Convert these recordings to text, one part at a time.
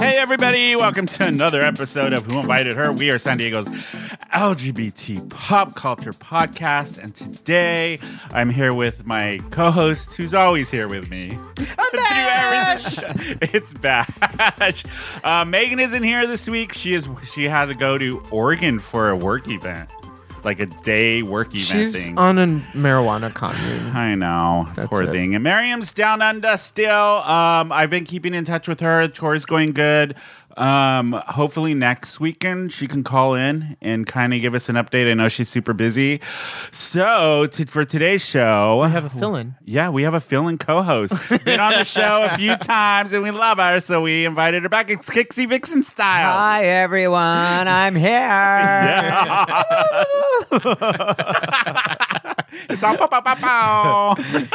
everybody. Welcome to another episode of Who Invited Her. We are San Diego's LGBT pop culture podcast. And today I'm here with my co host who's always here with me. Bash! it's Bash. Uh, Megan isn't here this week. She is. She had to go to Oregon for a work event, like a day work event She's thing. on a marijuana commune. I know, That's poor it. thing. And Miriam's down under still. Um, I've been keeping in touch with her. Tour's going good. Um, hopefully next weekend she can call in and kind of give us an update. I know she's super busy. So to, for today's show, I have a fill-in. yeah, we have a fill-in co-host. Been on the show a few times, and we love her, so we invited her back. It's Kixie Vixen style. Hi everyone, I'm here. It's all pow, pow, pow, pow.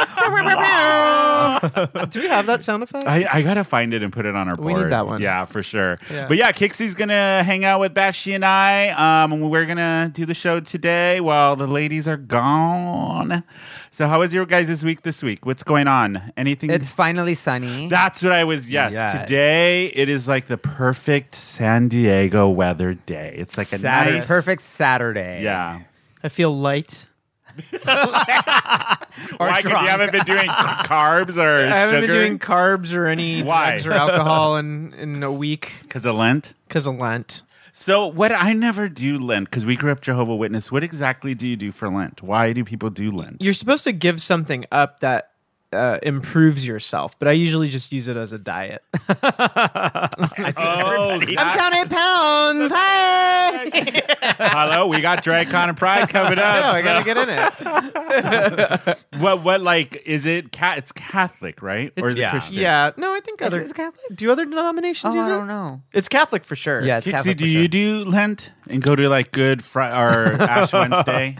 Do we have that sound effect? I, I gotta find it and put it on our We board. need that one. Yeah, for sure. Yeah. But yeah, Kixie's gonna hang out with Bashi and I. Um, we're gonna do the show today while the ladies are gone. So, how was your guys' this week? This week, what's going on? Anything? It's finally sunny. That's what I was. Yes, Yes. today it is like the perfect San Diego weather day. It's like a Saturday, nice, perfect Saturday. Yeah. I feel light. Or Why? Because you drunk. haven't been doing carbs or I haven't sugar been doing carbs or any Why? drugs or alcohol in, in a week because of Lent. because of Lent. So what I never do Lent because we grew up Jehovah Witness. What exactly do you do for Lent? Why do people do Lent? You're supposed to give something up that uh, improves yourself, but I usually just use it as a diet. Oh, I'm that- counting pounds. Hey! hello! We got DragCon and Pride coming up. No, Oh, I gotta so- get in it. what? What? Like, is it? Ca- it's Catholic, right? or is yeah. it Christian? Yeah, no, I think other it Catholic? do other denominations Oh, use I it? don't know. It's Catholic for sure. Yeah, it's Kixie, Catholic do for you sure. do Lent and go to like Good Friday or Ash Wednesday?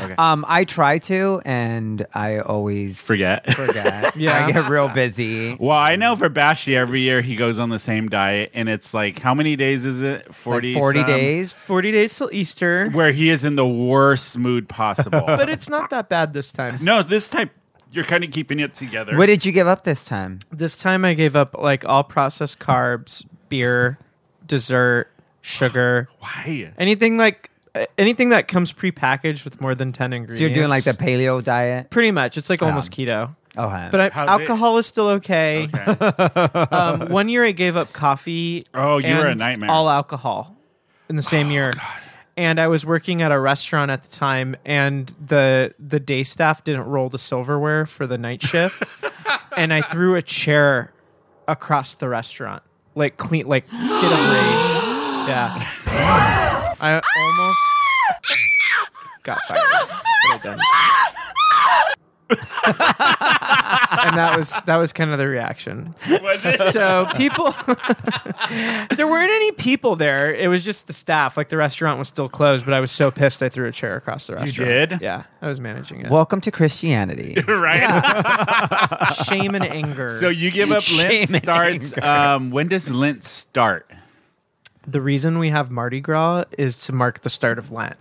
Okay. Um, I try to, and I always Forget. Forget. Yeah. I get real busy. Well, I know for Bashi, every year he goes on the same diet, and it's like how many days is it? Forty. Like Forty some? days. 40 days till Easter. Where he is in the worst mood possible. but it's not that bad this time. No, this type you're kind of keeping it together. What did you give up this time? This time I gave up like all processed carbs, beer, dessert, sugar, Why? anything like uh, anything that comes prepackaged with more than 10 So ingredients. you're doing like the paleo diet. Oh, pretty much it's like almost keto. Okay. But I, How's alcohol is still okay. Okay. Um, one year I gave up coffee. Oh, you were a and nightmare. Oh, All alcohol in the same year. And I was working at a restaurant at the time, and the the day staff didn't roll the silverware for the night shift, and I threw a chair across the restaurant, like clean, like get a rage. Yeah, I almost got fired, but I didn't. and that was that was kind of the reaction Was it? so people there weren't any people there it was just the staff like the restaurant was still closed but i was so pissed i threw a chair across the restaurant did? yeah i was managing it Welcome to Christianity. right? shame and anger So you give up Lent Shame and starts. Um, when does Lent start? the reason we have mardi gras is to mark the start of lent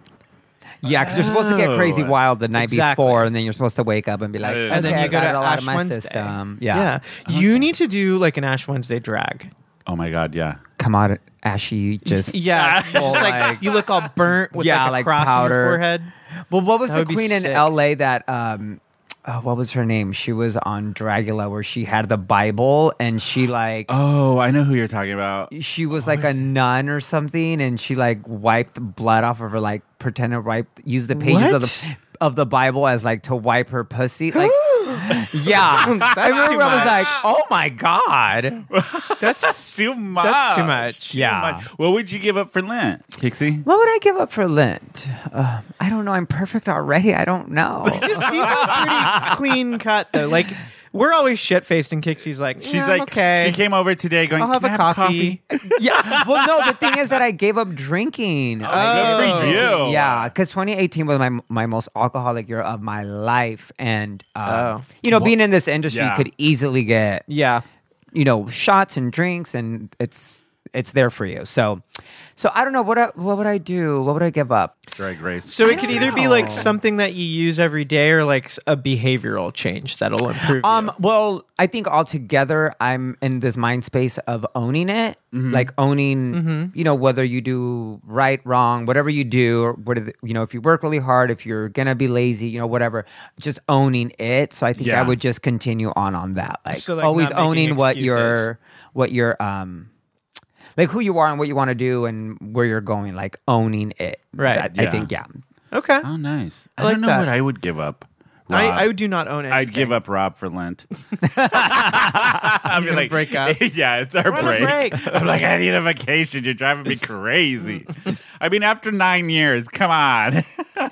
Yeah, because you're supposed to get crazy Oh. wild the night Exactly. before, and then you're supposed to wake up and be like, And okay, then I you go got to it all out Ash of my Wednesday. system. Yeah. you need to do like an ash wednesday drag Oh my God! Yeah. Come out ashy, just. yeah just Well, like, like- you look all burnt with Yeah, like a like cross on powder. your forehead Well, what was That the would be queen in sick. LA that um uh, what was her name? She was on Dragula where she had the Bible and she like Oh, I know who you're talking about. she was like a nun or something and she like wiped blood off of her like pretended wiped used the pages of the What? of the Bible as like to wipe her pussy. Like Yeah. I remember I was like, oh my God. that's Too much. That's too much. Too Yeah. much. What would you give up for Lent, Kixie? What would I give up for Lent? Uh, I don't know. I'm perfect already. I don't know. you seem pretty clean cut though like we're always shit faced and Kixie's like She's "Yeah, I'm like, okay she came over today going, I'll have "Can a I have coffee. yeah. Well, no, the thing is that I gave up drinking. Oh. I gave good up for drinking. you. Yeah, because 2018 was my my most alcoholic year of my life, and uh, Oh. you know, being in this industry, Yeah. you could easily get yeah you know shots and drinks, and it's it's there for you. So, so I don't know what I, what would I do? What would I give up? Drag race. So it could either be like know. something that you use every day or like s- a behavioral change that'll improve. Um, well, I think altogether, I'm in this mind space of owning it, Mm-hmm. like owning, you know, whether you do right, wrong, whatever you do, or what, you know, if you work really hard, if you're gonna be lazy, you know, whatever, just owning it. So I think Yeah. I would just continue on on that, like, So, like, always not making owning what excuses. you're, what you're, um, like who you are and what you want to do and where you're going, like owning it. Right. That- Yeah. I think yeah. you. Okay. Oh, nice. I, like don't know that. what I would give up. Rob. I, I do not own it. I'd give up Rob for Lent. I'd be gonna break up? Yeah, it's our on a break. break. I'm like, I need a vacation. You're driving me crazy. I mean, after nine years, come on.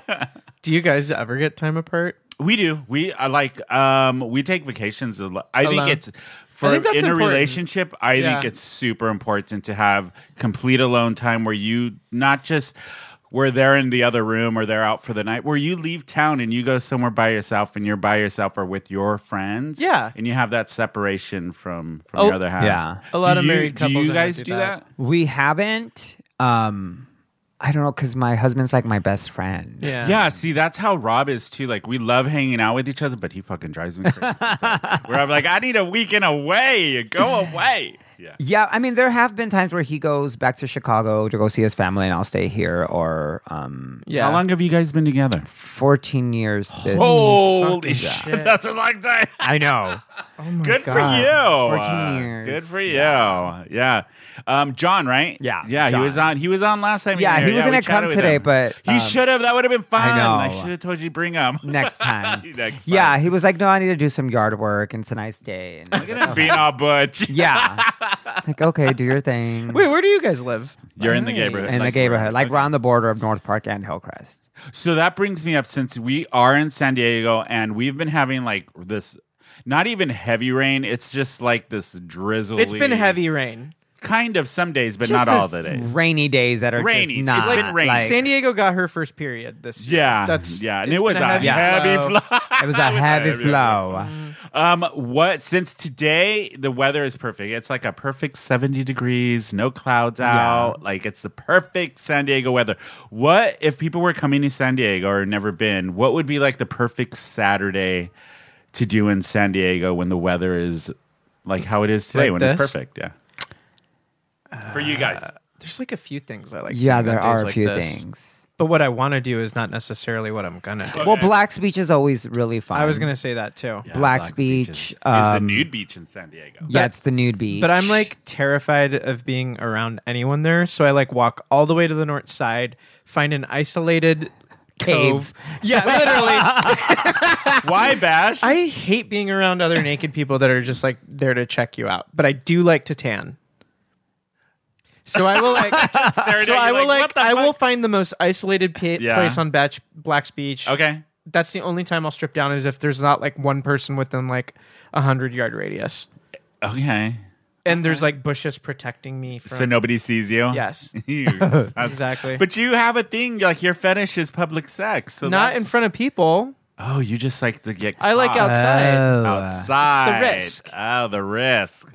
Do you guys ever get time apart? we do. We I like. Um, we take vacations. a lo- I think Alone. it's for I think that's in a important. relationship. I think Yeah. it's super important to have complete alone time where you not just. Where they're in the other room or they're out for the night, where you leave town and you go somewhere by yourself and you're by yourself or with your friends. Yeah. And you have that separation from, from Oh, your other half. yeah. A lot Do of you- married Do couples you I know guys do do that? that. We haven't. Um, I don't know because my husband's like my best friend. Yeah. Yeah, see, that's how Rob is too. Like, we love hanging out with each other, but he fucking drives me crazy. sometimes. Where I'm like, I need a weekend away. Go away. Yeah. Yeah, I mean, there have been times where he goes back to Chicago to go see his family, and I'll stay here. Or um, Yeah. How long have you guys been together? fourteen years. Oh. This, Holy fucking shit. shit. That's a long time. I know. Oh my Good for God. you. 14 Uh, years. Good for you. Yeah. Um, John, right? Yeah, Yeah, he was John. on he was on last time. Yeah, were he here. was we gonna chatted come with today, him. but, he um, should have. That would have been fun. I, know. should have told you bring him. Next time. Next time. yeah, he was like, "No, I need to do some yard work, and it's a nice day." And I was like, Being all butch. yeah, like okay, do your thing. Wait, where do you guys live? You're in the neighborhood. in the neighborhood, like around the border of North Park and Hillcrest. So that brings me up since we are in San Diego and we've been having like this not even heavy rain, it's just like this drizzle. It's been heavy rain. Kind of some days, but Just not all the days. Rainy days that are Rainy. It's Just not, been rainy. Like, San Diego got her first period this year. Yeah. That's yeah. And it's it was been a heavy, flow. flow. it was a heavy heavy flow. um what since today the weather is perfect. It's like a perfect 70 degrees, no clouds out. Like it's the perfect San Diego weather. What if people were coming to San Diego or never been, what would be like the perfect Saturday to do in San Diego when the weather is like how it is today Like when it's this? perfect, yeah. For you guys. There's like a few things I like. to Yeah, do on there days are a like few this. things. But what I want to do is not necessarily what I'm gonna do. Well, Black's Beach is always really fun. I was gonna say that too. Yeah, Blacks is, Beach, is um, the nude beach in San Diego. Yeah, it's the nude beach. But I'm like terrified of being around anyone there, so I like walk all the way to the north side, find an isolated Cave. cove. Yeah, literally. Why bash? I hate being around other naked people that are just like there to check you out. But I do like to tan. So I will like. at so you I will like, like. "What the I fuck?" will find the most isolated pa- Yeah. place on Batch Black's Beach. okay. That's the only time I'll strip down is if there's not like one person within like a hundred yard radius, Okay. and there's like bushes protecting me from. So nobody sees you? Yes. That's- Exactly. But you have a thing, like your fetish is public sex. So not in front of people. Oh, you just like to get I like caught outside. Oh. outside. It's the risk. Oh, the risk.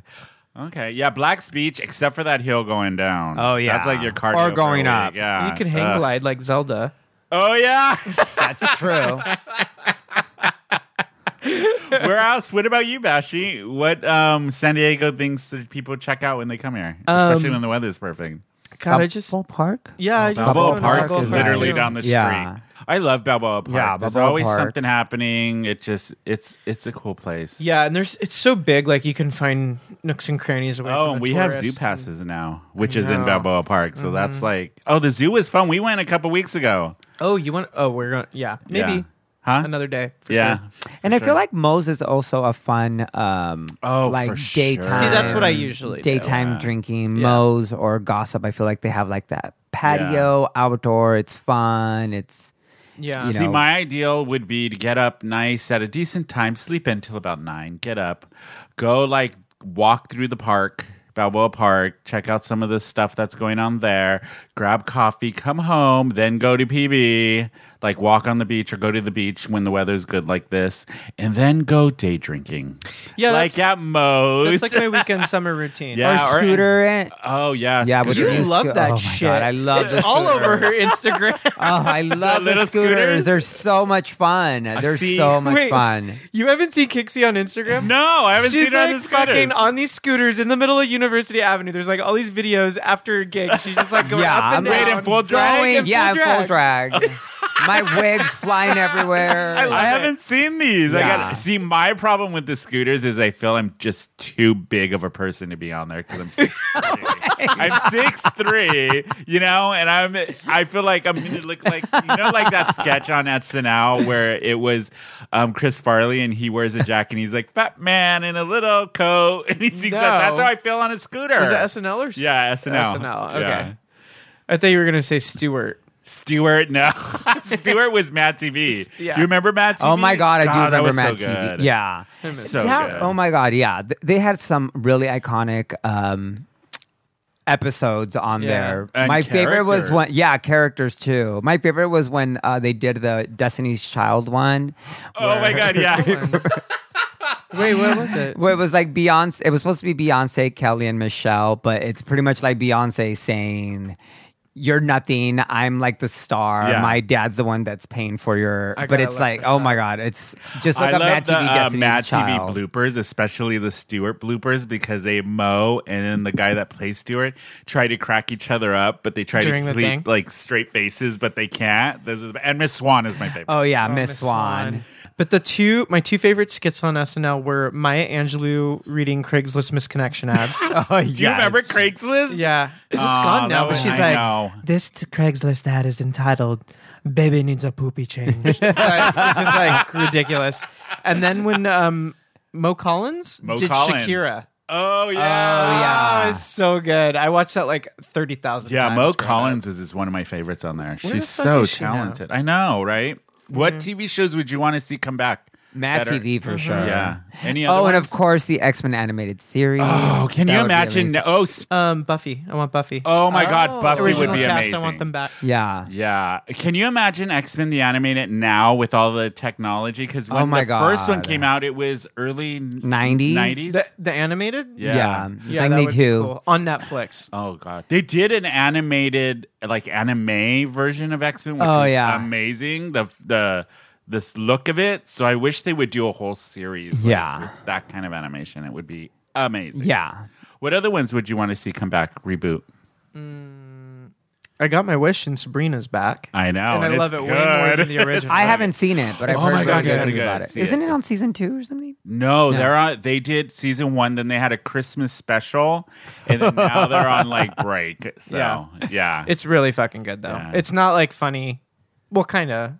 Okay. Yeah, Black's Beach, except for that hill going down. Oh, yeah. That's like your cardio. Or for a going week. up. Yeah. you can hang Ugh. glide like Zelda. Oh yeah. That's true. Where else? What about you, Bashi? What um San Diego things should people check out when they come here? Um, Especially when the weather's perfect. God, I just Balboa Park. yeah, I just Balboa wanna Park Balboa is literally too. down the street. Yeah. I love Balboa Park. Yeah, There's Balboa always Park. something happening. It just it's it's a cool place. Yeah, and there's it's so big, like you can find nooks and crannies away. Oh, from and the we have zoo tourists. passes now, which is in know. Balboa Park. So that's Mm-hmm. like, oh, the zoo was fun. We went a couple weeks ago. Oh, you want? Oh, we're going. Yeah, maybe Yeah. Huh? another day. For yeah. sure. And I feel like Moe's is also a fun, um, Oh, like for sure. daytime. See, that's what I usually do. Daytime drinking, Moe's or gossip. I feel like they have like that patio, outdoor. It's fun. It's yeah. you See, know. my ideal would be to get up nice at a decent time, sleep in till about nine, get up, go like walk through the park, Balboa Park, check out some of the stuff that's going on there, grab coffee, come home, then go to PB. like walk on the beach or go to the beach when the weather's good like this, and then go day drinking. Yeah, like that's- at Moe's. It's like my weekend summer routine. Yeah. or or- scooter and oh yes, yeah, good with You the drink. new love scoo- that oh my shit. God, I love the It's all scooter. over her Instagram. Oh, I love the, little scooters. scooters? They're so much fun. They're see. so much Wait. fun. You haven't seen Kixie on Instagram? No, I haven't She's seen her like on this fucking on these scooters in the middle of University Avenue. There's like all these videos after a gig. She's just like going Yeah, up and I'm down. Wait, in full drag. Going- in yeah, full in full drag. My wig's flying everywhere. I love I it. haven't seen these. I Yeah. got see. My problem with the scooters is I feel I'm just too big of a person to be on there because I'm six. three. I'm six three, you know, and I'm. I feel like I'm gonna look like you know, like that sketch on SNL where it was um, Chris Farley and he wears a jacket and he's like fat man in a little coat and he sings No. that. That's how I feel on a scooter. Was it SNL or s- Yeah, SNL. SNL. Okay. Yeah. I thought you were gonna say Stewart. Stewart, no. Stewart was Matt TV. Yeah. You remember Matt TV? Oh my god, I do that remember was Matt so TV. good. Yeah. So Yeah, good. Oh my god, yeah. Th- They had some really iconic um episodes on Yeah. there. And my favorite was characters. when yeah, characters too. My favorite was when uh, they did the Destiny's Child one. Oh my god, yeah. Wait, what was it? Where it was like Beyonce, it was supposed to be Beyonce, Kelly, and Michelle, but it's pretty much like Beyonce saying, "You're nothing. I'm like the star. Yeah. My dad's the one that's paying for your." I But gotta it's look like, this oh up. my god, it's just I like a love Matt the TV uh, Destiny's Matt Child. TV bloopers, especially the Stewart bloopers, because they Mo and then the guy that plays Stewart try to crack each other up, but they try During to the thing? sleep like straight faces, but they can't. This is, and Miss Swan is my favorite. Oh yeah, Oh, Miss Swan. But the two, my two favorite skits on SNL were Maya Angelou reading Craigslist misconnection ads. Oh, Do you remember Craigslist? yeah, it's that gone now. But was- she's I like, know. this t- Craigslist ad is entitled "Baby Needs a Poopy Change." it's just like ridiculous. And then when um, Mo Collins Mo did Collins. Shakira. Oh yeah. Oh, it's so good. I watched that like thirty thousand. Yeah, Mo times growing up. Collins was is one of my favorites on there. Where She's the fuck so is she now? Mm-hmm. talented. I know, right? What TV shows would you want to see come back? Matt that are- TV for sure. Mm-hmm. Yeah. Any other Oh, and ones? of course the X Men animated series. Oh, can That you would be imagine? amazing. Oh, sp- Um, Buffy. I want Buffy. oh my God, Buffy would original be cast. amazing. I want them back. Yeah. Yeah. Can you imagine X Men the animated now with all the technology? Because when Oh my the first one God. came out, it was early 90s? 90s? The, the animated. Yeah. Yeah. Yeah, It's that like would me be too. cool. on Netflix. Oh god, they did an animated like anime version of X Men, which Oh, was yeah. amazing. The the this look of it. So I wish they would do a whole series. like, Yeah. with that kind of animation, it would be amazing. Yeah. What other ones would you want to see come back reboot? I got my wish, and Sabrina's back. I know, and I it's love it way more than good. the original. I haven't seen it, but I've Oh heard my so God, you good gotta things go about it. see Isn't it. it on season two or something? No, they're on. They did season one, then they had a Christmas special, and then now they're on like break. So yeah, Yeah. It's really fucking good though. Yeah. It's not like funny. Well, kind of,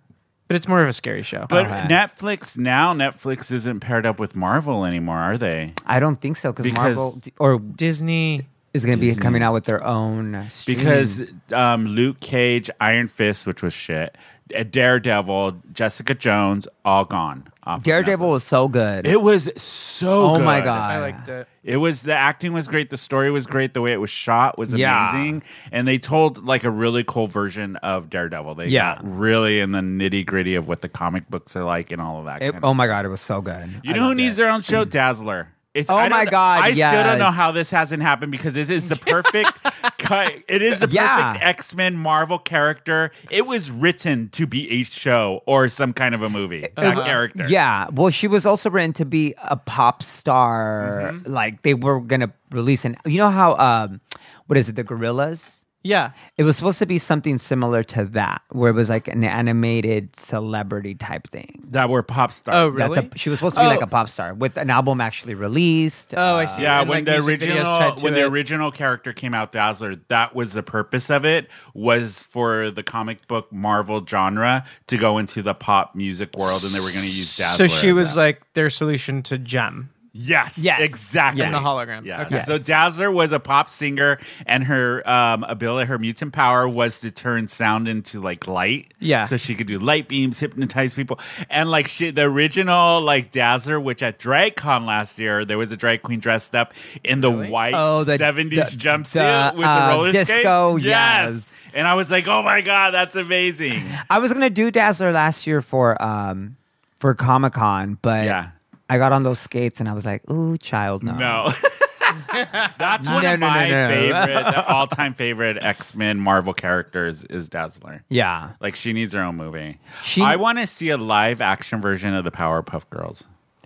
but it's more of a scary show. but Okay. Netflix now, Netflix isn't paired up with Marvel anymore, are they? I don't think so because Because- Marvel or Disney. is going to be Disney. coming out with their own uh, streaming. because um, Luke Cage, Iron Fist, which was shit, uh, Daredevil, Jessica Jones, all gone. off of Daredevil was so good. Netflix. It was so. Oh my good. God. I Yeah. liked it. It was the acting was great, the story was great, the way it was shot was Yeah. amazing, and they told like a really cool version of Daredevil. They Yeah. got really in the nitty gritty of what the comic books are like and all of that. It- kind of oh my god, it was so good. you I know who loved needs it. their own show? Dazzler. It's, Oh I don't my know- God, I still yes. don't know how this hasn't happened because this is the perfect. cut. It is the Yeah. perfect X Men Marvel character. It was written to be a show or some kind of a movie. That character. Uh-huh. Yeah, well, she was also written to be a pop star. Mm-hmm. Like they were going to release an. You know how um, what is it? The Gorillas. Yeah, It was supposed to be something similar to that, where it was like an animated celebrity type thing. that were pop stars. Oh, really? That's a, she was supposed to be Oh. like a pop star with an album actually released. Oh, I see. Yeah, And, when like, the music videos original tied to when the it. original character came out, Dazzler, that was the purpose of it was for the comic book Marvel genre to go into the pop music world, and they were going to use Dazzler. so she as was that. like their solution to Gem. Yes. Yes. Exactly. And the hologram. Yeah. Okay. So Dazzler was a pop singer, and her um, ability, her mutant power, was to turn sound into like light. Yeah. So she could do light beams, hypnotize people, and like she, the original like Dazzler, which at DragCon last year there was a drag queen dressed up in the white Oh, the- seventies the- jumpsuit the, with the uh, roller skates. disco, yes. And I was like, oh my God, that's amazing. I was gonna do Dazzler last year for um for Comic Con, but Yeah. I got on those skates and I was like, "Ooh, child, no." No. That's one No, of no, no, my no. favorite, the all-time favorite X-Men Marvel characters is Dazzler. Yeah, Like she needs her own movie. She- I want to see a live action version of the Powerpuff Girls.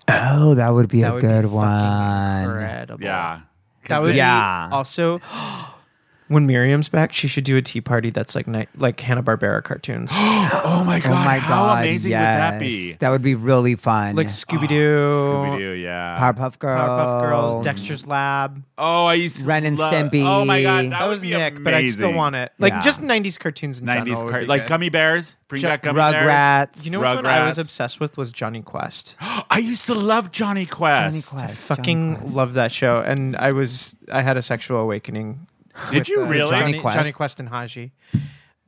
Oh, that would be That a would be good fucking one. Incredible. Yeah. That would Yeah. be also when Miriam's back, she should do a tea party that's like night like Hanna Barbera cartoons. Oh my god! Oh my how god! amazing yes. Oh. would that be? That would be really fun. like Scooby Doo. Scooby Doo, yeah. Powerpuff Girls, Powerpuff Oh. Girls, Dexter's Lab. oh, I used to Ren and love- Stimpy. Oh my god, that, That would was be Nick, but I still amazing. want it. Like Yeah. just '90s cartoons in general. '90s would car- be like good. gummy bears. Bring Ju- back gummy bears. Rugrats. You know which one I was Rugrats. obsessed with was Johnny Quest. I used to love Johnny Quest. Johnny Quest, I Johnny fucking Quest. love that show, and I was I had a sexual awakening. Did you uh, really? Johnny, Johnny Quest? Johnny Quest and Haji,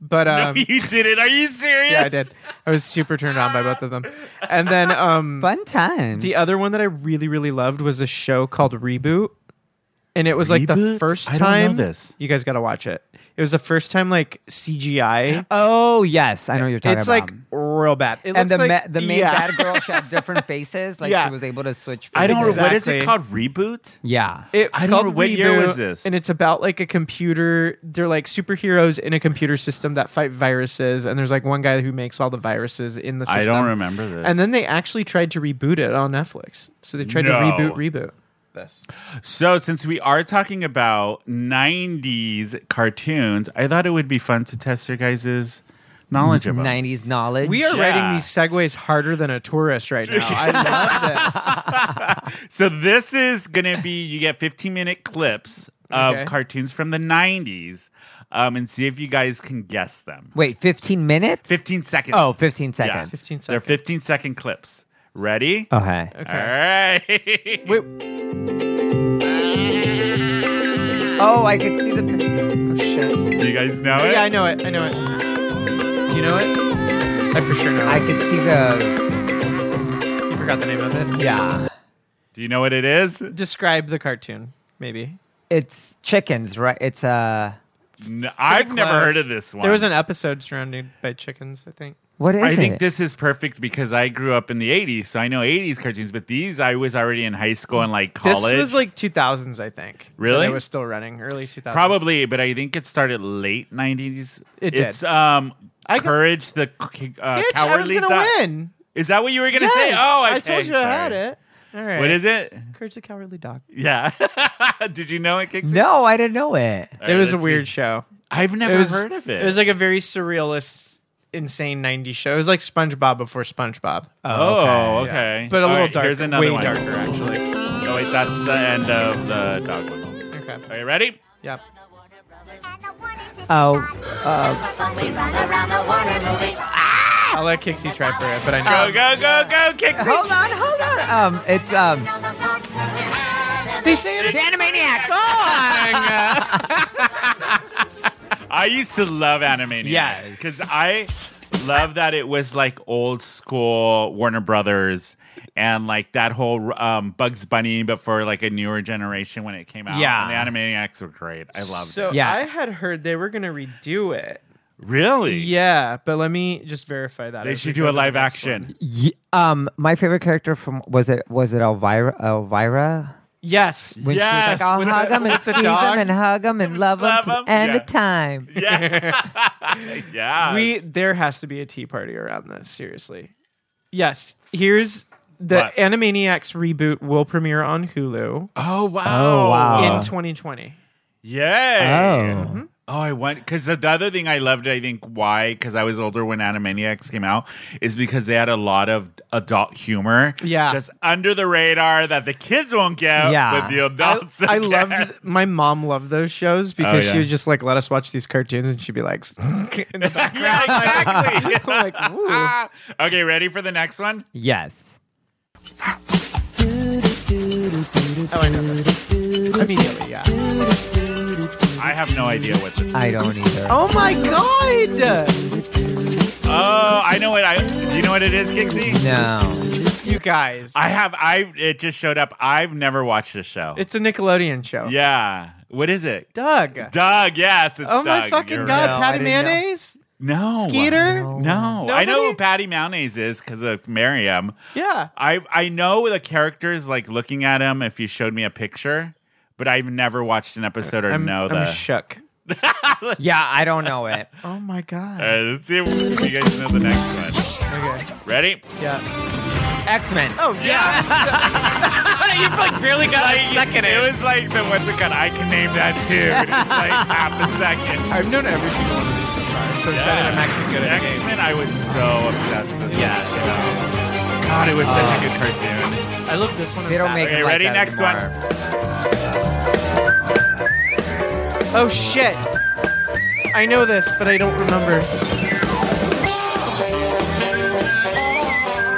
but um, you did it. Are you serious? yeah, I did. I was super turned on by both of them, and then um, fun time. the other one that I really really loved was a show called Reboot, and it was like the Reboot? first I don't know time this. you guys got to watch it. It was the first time like CGI. oh yes, I know what you're talking It's about. like real bad. and It looks the like, ma- the main yeah. bad girl she had different faces. Like Yeah. she was able to switch. Faces. I don't. know What is Exactly. it called? Reboot. Yeah. It's I don't called remember- what year Reboot, was this? And it's about like a computer. They're like superheroes in a computer system that fight viruses. And there's like one guy who makes all the viruses in the system. I don't remember this. And then they actually tried to reboot it on Netflix. So they tried No. to reboot, reboot. This. So, since we are talking about 90s cartoons, I thought it would be fun to test your guys' knowledge about them. 90s knowledge. We are Yeah. writing these segues harder than a tourist right now. I love this. So, this is going to be you get 15 minute clips of Okay. cartoons from the 90s um, and see if you guys can guess them. Wait, 15 minutes? 15 seconds. Oh, 15 seconds. 15 They're 15 second clips. Ready? Okay. All Okay. right. Wait, Oh, I could see the. Oh, shit. Do you guys know it? yeah, I know it. I know it. Do you know it? I for sure know. I I could see the. you forgot the name of it. Yeah. Do you know what it is? Describe the cartoon, maybe. It's chickens, right? It's Uh, N- I've never Close. heard of this one. There was an episode surrounded by chickens, I think. what is I it? think this is perfect because I grew up in the 80s, so I know 80s cartoons, but these I was already in high school and like college. This was like 2000s, I think. Really? It was still running, early 2000s. probably, but I think it started late 90s. It did. It's um I got- Courage the c- uh, Bitch, I was Cowardly going to Dog. win. Is that what you were going to say? Yes, Oh, I okay, told you I had sorry. it. All right. What is it? Courage the Cowardly Dog. Yeah. Did you know it kicks? No, I didn't know it. it was a weird show. I've never it was, heard of it. It was like a very surrealist, insane 90s show. It was like SpongeBob before SpongeBob. Oh, okay. Yeah. But a All little right, darker. Here's another way one. darker, actually. Oh, wait, that's the end of the dog whistle. Okay. Are you ready? Yep. Oh, uh, I'll I'll let Kixie try for it, but I know. Go, go, go, go, kick Hold on, hold on. Um, it's um, They say it the Animaniacs. Oh, I used to love Animaniacs. Yes. Because I love that it was like old school Warner Brothers and like that whole um, Bugs Bunny, but for like a newer generation when it came out. Yeah. And the Animaniacs were great. I loved So it. Yeah. I had heard they were going to redo it. Really? Yeah, but let me just verify that. They as we should go do a to the live next one. action. Ye- um, my favorite character from was it was it Elvira? Elvira? Yes. When Yes, she was like, I'll with hug the- him and the squeeze him dog. and hug him and love him Love to the him. end Yeah. of time. Yeah. yeah. We there has to be a tea party around this, seriously. Yes. Here's the What? Animaniacs reboot will premiere on Hulu oh, wow. Oh, wow. Uh-huh. Uh. in 2020. Yay. Oh. Mm-hmm. Oh, I went because the, the other thing I loved, I think, why because I was older when Animaniacs came out is because they had a lot of adult humor, Yeah. just under the radar that the kids won't get, Yeah. but the I, adults. I will get. loved my mom loved those shows because she Oh, yeah. would just like let us watch these cartoons and she'd be like in the background. yeah, exactly. like, ooh. Ah. okay, ready for the next one? Yes. Oh, I know this. Immediately, yeah. I have no idea what this. I don't either. Oh my god! Oh, I know what I. Do you know what it is, Kixie? No. You guys. I have. I it just showed up. I've never watched this show. it's a Nickelodeon show. yeah. What is it? Doug. Doug, yes, it's oh my Doug. fucking You're Oh, god, right. No, I Patty didn't know. Mayonnaise? No. Skeeter? No. Nobody? I know who Patty Mayonnaise is because of Miriam. Yeah. I, I know the characters, like looking at him if you showed me a picture, but I've never watched an episode or I'm, know I'm the. shook. Yeah, I don't know it. Oh my All god. right, Uh, let's see if you guys know the next one. Okay. Ready? Yeah. X Men. Oh yeah. you like barely got Like, it was like the what's it called? I can name that too. It's like half a second. I've known every single one of these so far. I'm so excited I'm actually good X at the game. Men. I was so obsessed with. Yeah. God, it was such a good cartoon. I love this one. They don't make Okay, them like ready? that Next one. anymore. Oh shit. I know this, but I don't remember.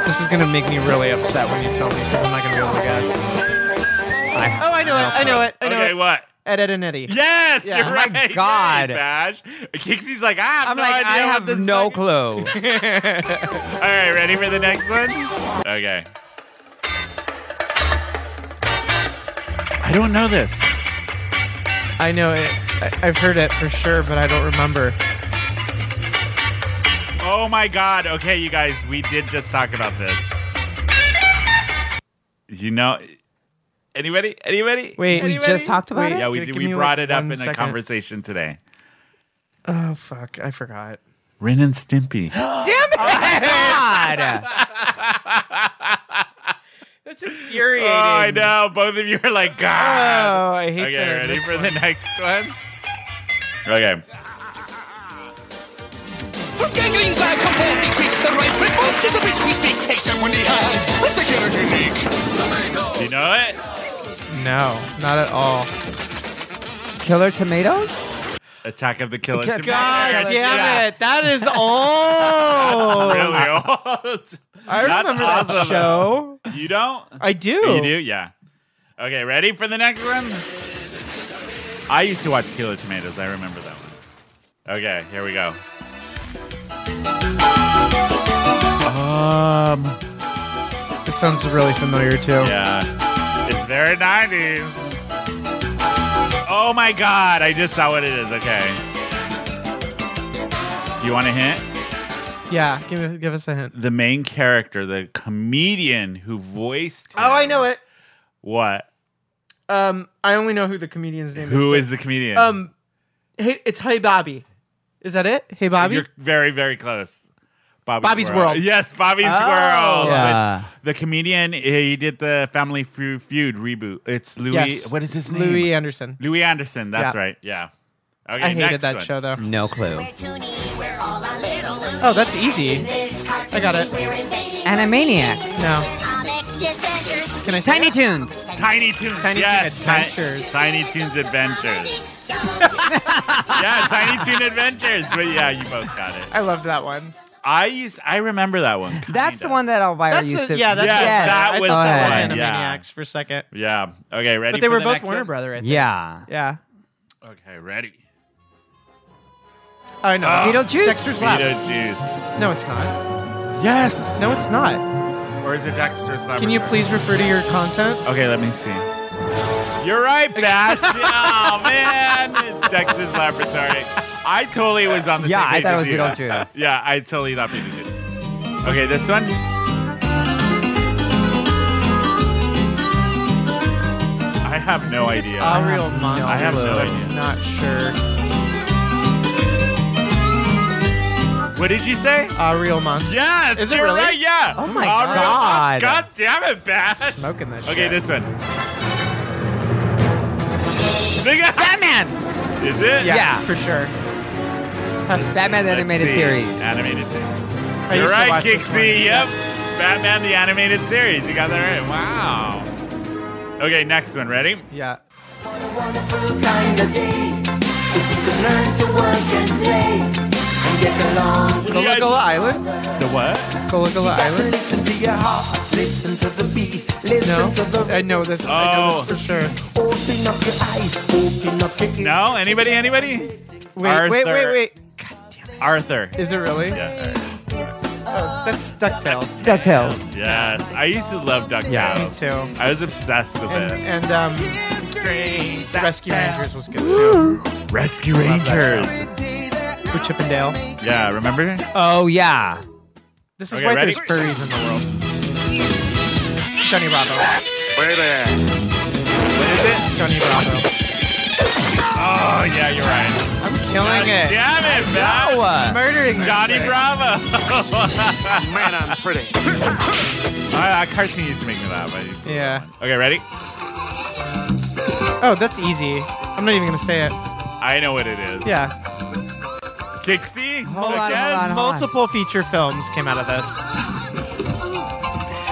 This is gonna make me really upset when you tell me because I'm not gonna be able to guess. I- Oh, I know it. I know it. I know okay, it. what? Ed, Ed, and Eddie. Yes, Yeah. you're Oh right. my God. Yay, Bash. Kixie's like, I have I'm no like, idea I what have this no fucking- clue. All right, ready for the next one? Okay. I don't know this. I know it. I- I've heard it for sure, but I don't remember. Oh my god. Okay, you guys, we did just talk about this. You know anybody? Anybody? Wait. We Anybody? just talked about Wait. it. Yeah, we Give did, me, we like, brought it up one in a second. conversation today. Oh fuck! I forgot. Ren and Stimpy. Damn it! God. That's infuriating. Oh, I know. Both of you are like, God. Oh, I hate okay, that. ready This for the one. next one? Okay. From gangrene I come forth the creek, the right foot moves just a which we speak, except when he has a security leak. Do you know it? No, not at all. Killer Tomatoes? Attack of the Killer God Tomatoes. damn Yeah. Damn it! That is old. Really old. I That's remember that awesome. show. You don't? I do. You do? Yeah. Okay, ready for the next one? I used to watch Killer Tomatoes. I remember that one. Okay, here we go. Um, This sounds really familiar too. yeah. It's very 90s. Oh my god, I just saw what it is. Okay. Do you want a hint? Yeah, give give us a hint. The main character, the comedian who voiced. Oh, I know it. What? Um, I only know who the comedian's name Who is. is the comedian? but- Um, hey, it's Hey Bobby. Is that it? Hey Bobby. You're very, very close. Bobby's, Bobby's World. Yes, Bobby's Oh, World. yeah. But The comedian, he did the Family Feu- Feud reboot. It's Louis. Yes. What is his name? Louis Anderson. Louis Anderson. That's Yeah. right. Yeah. Okay, I hated next that one. show though. No clue. Oh, that's easy. I got it. Animaniac. No, can I? Say Tiny it? Toons. Tiny Toons. Tiny Toon yes. Ti- Adventures. Tiny Toons Adventures. yeah, Tiny Toon Adventures. But yeah, you both got it. I loved that one. I used. I remember that one. That's kinda. the one that Elvira That's used a, to. yeah, that's Yes, yeah, that I was thought the that one, was yeah. Animaniacs for a second, Yeah. Okay. Ready. but they for were the both next Warner one? Brother. I think. Yeah. yeah. Okay. Ready. Oh, I know. Ah. Beetlejuice? Dexter's Lab. Beetlejuice. No, it's not. Yes. No, it's not. Or is it Dexter's Laboratory? Can you please refer to your content? Okay, let me see. You're right, Bash. oh man, Dexter's Laboratory. I totally was on the Yeah, same I page thought it as was you. Beetlejuice. yeah, I totally thought Beetlejuice. Okay, this one. I have no idea. A real monster. I have no so idea. I'm not sure. What did you say? A real monster. Yes, Is it you're really? right. Yeah. Oh my All real- God. God damn it, Bash. Smoking this. Okay, shit. this one. Batman. Is it? Yeah, Yeah. for sure. It's Batman the Let's Animated see. Series. Animated series. I You're used to right, watch this one. Kixie. Yep. Batman the Animated Series. You got that right. Wow. Okay, next one. Ready? Yeah. wonderful kind of day. If you could learn to work and play and get along. Gullah guys- Gullah Island. The what? Gullah Gullah Got to Island. listen to your heart, listen to the beat, listen No, to the I know this. I know Oh. this for sure. Open up your eyes, open up your ears. No? Anybody? Anybody? Wait, wait, Arthur. wait, wait. Arthur. Is it really? Yeah. Oh, that's Ducktales. DuckTales. Yes. I used to love DuckTales. Yeah. Me too. I was obsessed with And, it. and um, train. Rescue Rangers was good too. Rescue Rangers. With Chip and Dale. Yeah, remember? Oh yeah. This is Okay, why ready? there's furries in the world. Johnny Bravo. What is it? Johnny Bravo. Oh yeah, you're right. I'm killing it. Damn it, man. Murdering this Johnny thing. Bravo. Man, I'm pretty. I, I, cartoon used to make me laugh. I used to love Yeah. that one. Okay, ready? Oh, that's easy. I'm not even gonna say it. I know what it is. Yeah. Dixie. Hold on, Yes. hold on. Multiple feature films came out of this.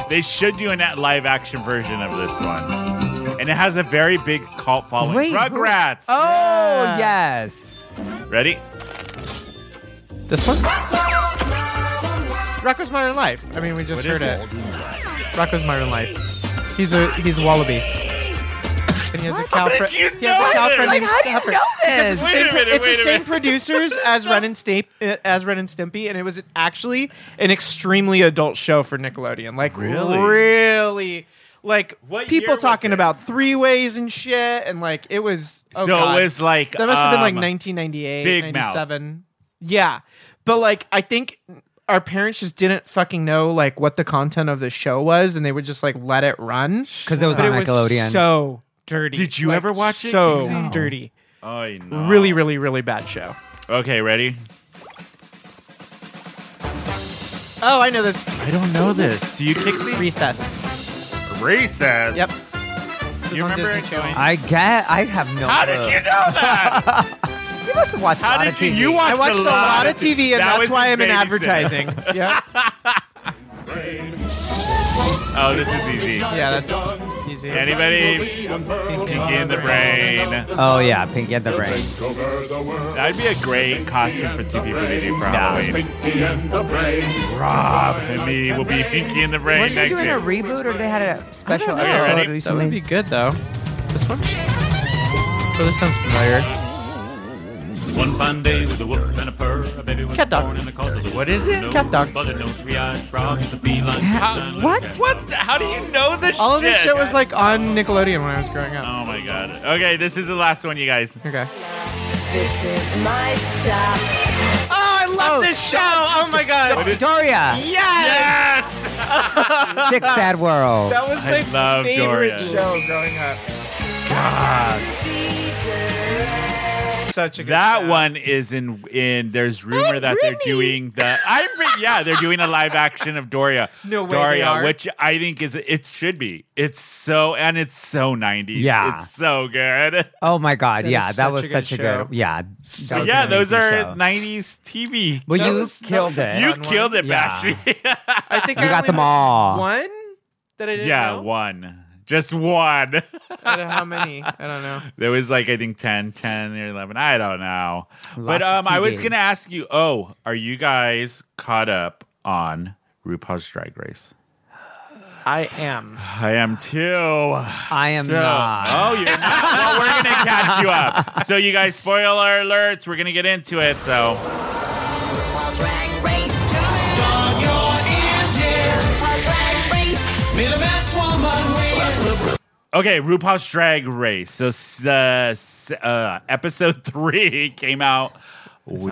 They should do a live action version of this one. And it has a very big cult following. Wait, who- Rugrats. Oh Yeah. yes. Ready? This one? Rocko's Modern Life. I mean, we just What heard is it. Rocko's Modern Life. He's a he's a wallaby. And he has a cow did friend. you He has know a cow this? friend Like, named how do you Stafford. know Because it's the this? same Wait a pro- minute, It's wait a the same minute. producers as Ren and Stimpy, as Ren and Stimpy, and it was actually an extremely adult show for Nickelodeon. Like Really? really, like What year people was talking it? about three ways and shit, and like it was. Oh so God. it was like That must have been like um, 1998, Big Mouth. 97. Yeah. But like I think our parents just didn't fucking know like what the content of the show was and they would just like let it run Because it was But on it Nickelodeon. was so dirty. Did you Like, ever watch it, So Kingsley? dirty. I know. Really really really bad show. Okay, ready? Oh, I know this. I don't know this. Do you Kixie? Recess. Recess. Yep. It was You on remember Disney it Channel. going- I get. I have no. How did clue. you know that? You must have watched. a How lot did of you? TV. You watched, I watched a lot of TV and That was that's why his I'm in babysitter. advertising. yeah. Oh, this is easy. Yeah, that's easy. Anybody Pinky in the Brain? Oh yeah, Pinky and the Brain. That'd be a great costume for two people to do for Halloween. Rob and me will be Pinky in the Were Brain they next doing a year. reboot or they had a I special don't know. Okay, ready? episode That would be recently? good though. This one? Oh, this sounds familiar. One fine day with a whoop and a purr, a baby was Cat dog. born in the cause of What is it? Cat dog. three-eyed frog, the feline. Cat- what? What? the- How do you know this? All of this shit shit was like on Nickelodeon when I was growing up. Oh my god. Okay, this is the last one, you guys. Okay. This is my stuff. Oh, I love this show. Oh my god. Victoria, Yes. Yes. Six Sad World. That was I my love favorite Dorian. show growing up. Such a good That show. one is in. In there's rumor that they're doing the. I'm. re- Yeah, they're doing a live action of Doria. No way they Doria, are. which I think is it should be. It's so and it's so 90s. Yeah. it's so good. Oh my God! That yeah, is that such was a good such a show. good. Yeah. that So was But an yeah, those amazing are show. 90s TV. Well, That you was- that killed was a it. You Fun one. killed it, Yeah. Bashir. I think You I got only them missed all. One that I didn't yeah, know. one. Just one. I don't know how many? I don't know. there was like I think 10, 10 or 11. I don't know. but Lots um of I was TV. going to ask you, "Oh, are you guys caught up on RuPaul's Drag Race?" I am. I am too. I am So- not. Oh, you're not. well, we're gonna catch you up. So, you guys, spoiler alerts. We're gonna get into it. So, RuPaul Drag Race. RuPaul Drag Race. okay, RuPaul's Drag Race. So, s- uh, s- uh, episode three came out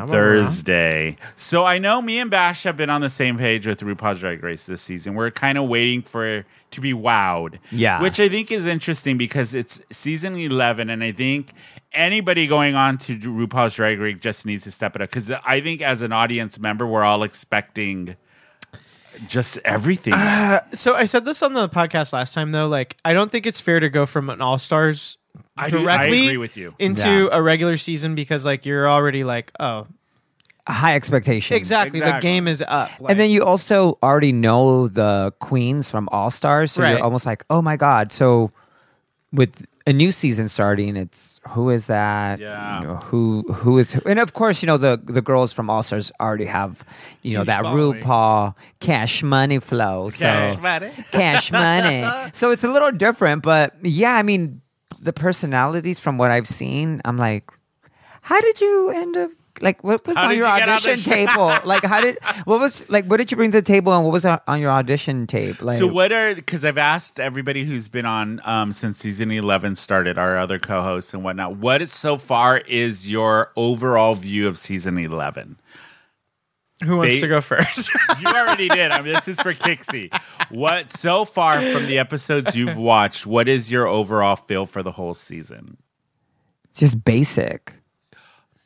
Thursday. So, I know me and Bash have been on the same page with RuPaul's Drag Race this season. We're kind of waiting for to be wowed. Yeah. which I think is interesting because it's season eleven, and I think. Anybody going on to RuPaul's Drag Race just needs to step it up because I think as an audience member, we're all expecting just everything. So I said this on the podcast last time though. Like I don't think it's fair to go from an All Stars I do- I directly agree with you. into Yeah. a regular season because like you're already like oh High expectation. exactly, the Exactly. game is up like- And then you also already know the queens from All Stars, so Right. you're almost like, oh my god. So with a new season starting, it's who is that? Yeah. You know, who who is who? And of course, you know the the girls from All Stars already have you know that followings. RuPaul cash money flow. So Cash cash money. so it's a little different, but yeah, I mean the personalities from what I've seen, I'm like, how did you end up like what was How on did your you get on audition the- table? like how did what was like what did you bring to the table and what was on, on your audition tape? Like So what are because I've asked everybody who's been on um, since season eleven started, our other co-hosts and whatnot. What is so far is your overall view of season eleven? Who wants They- to go first? You already did. I mean, this is for Kixie. What so far from the episodes you've watched? What is your overall feel for the whole season? just basic.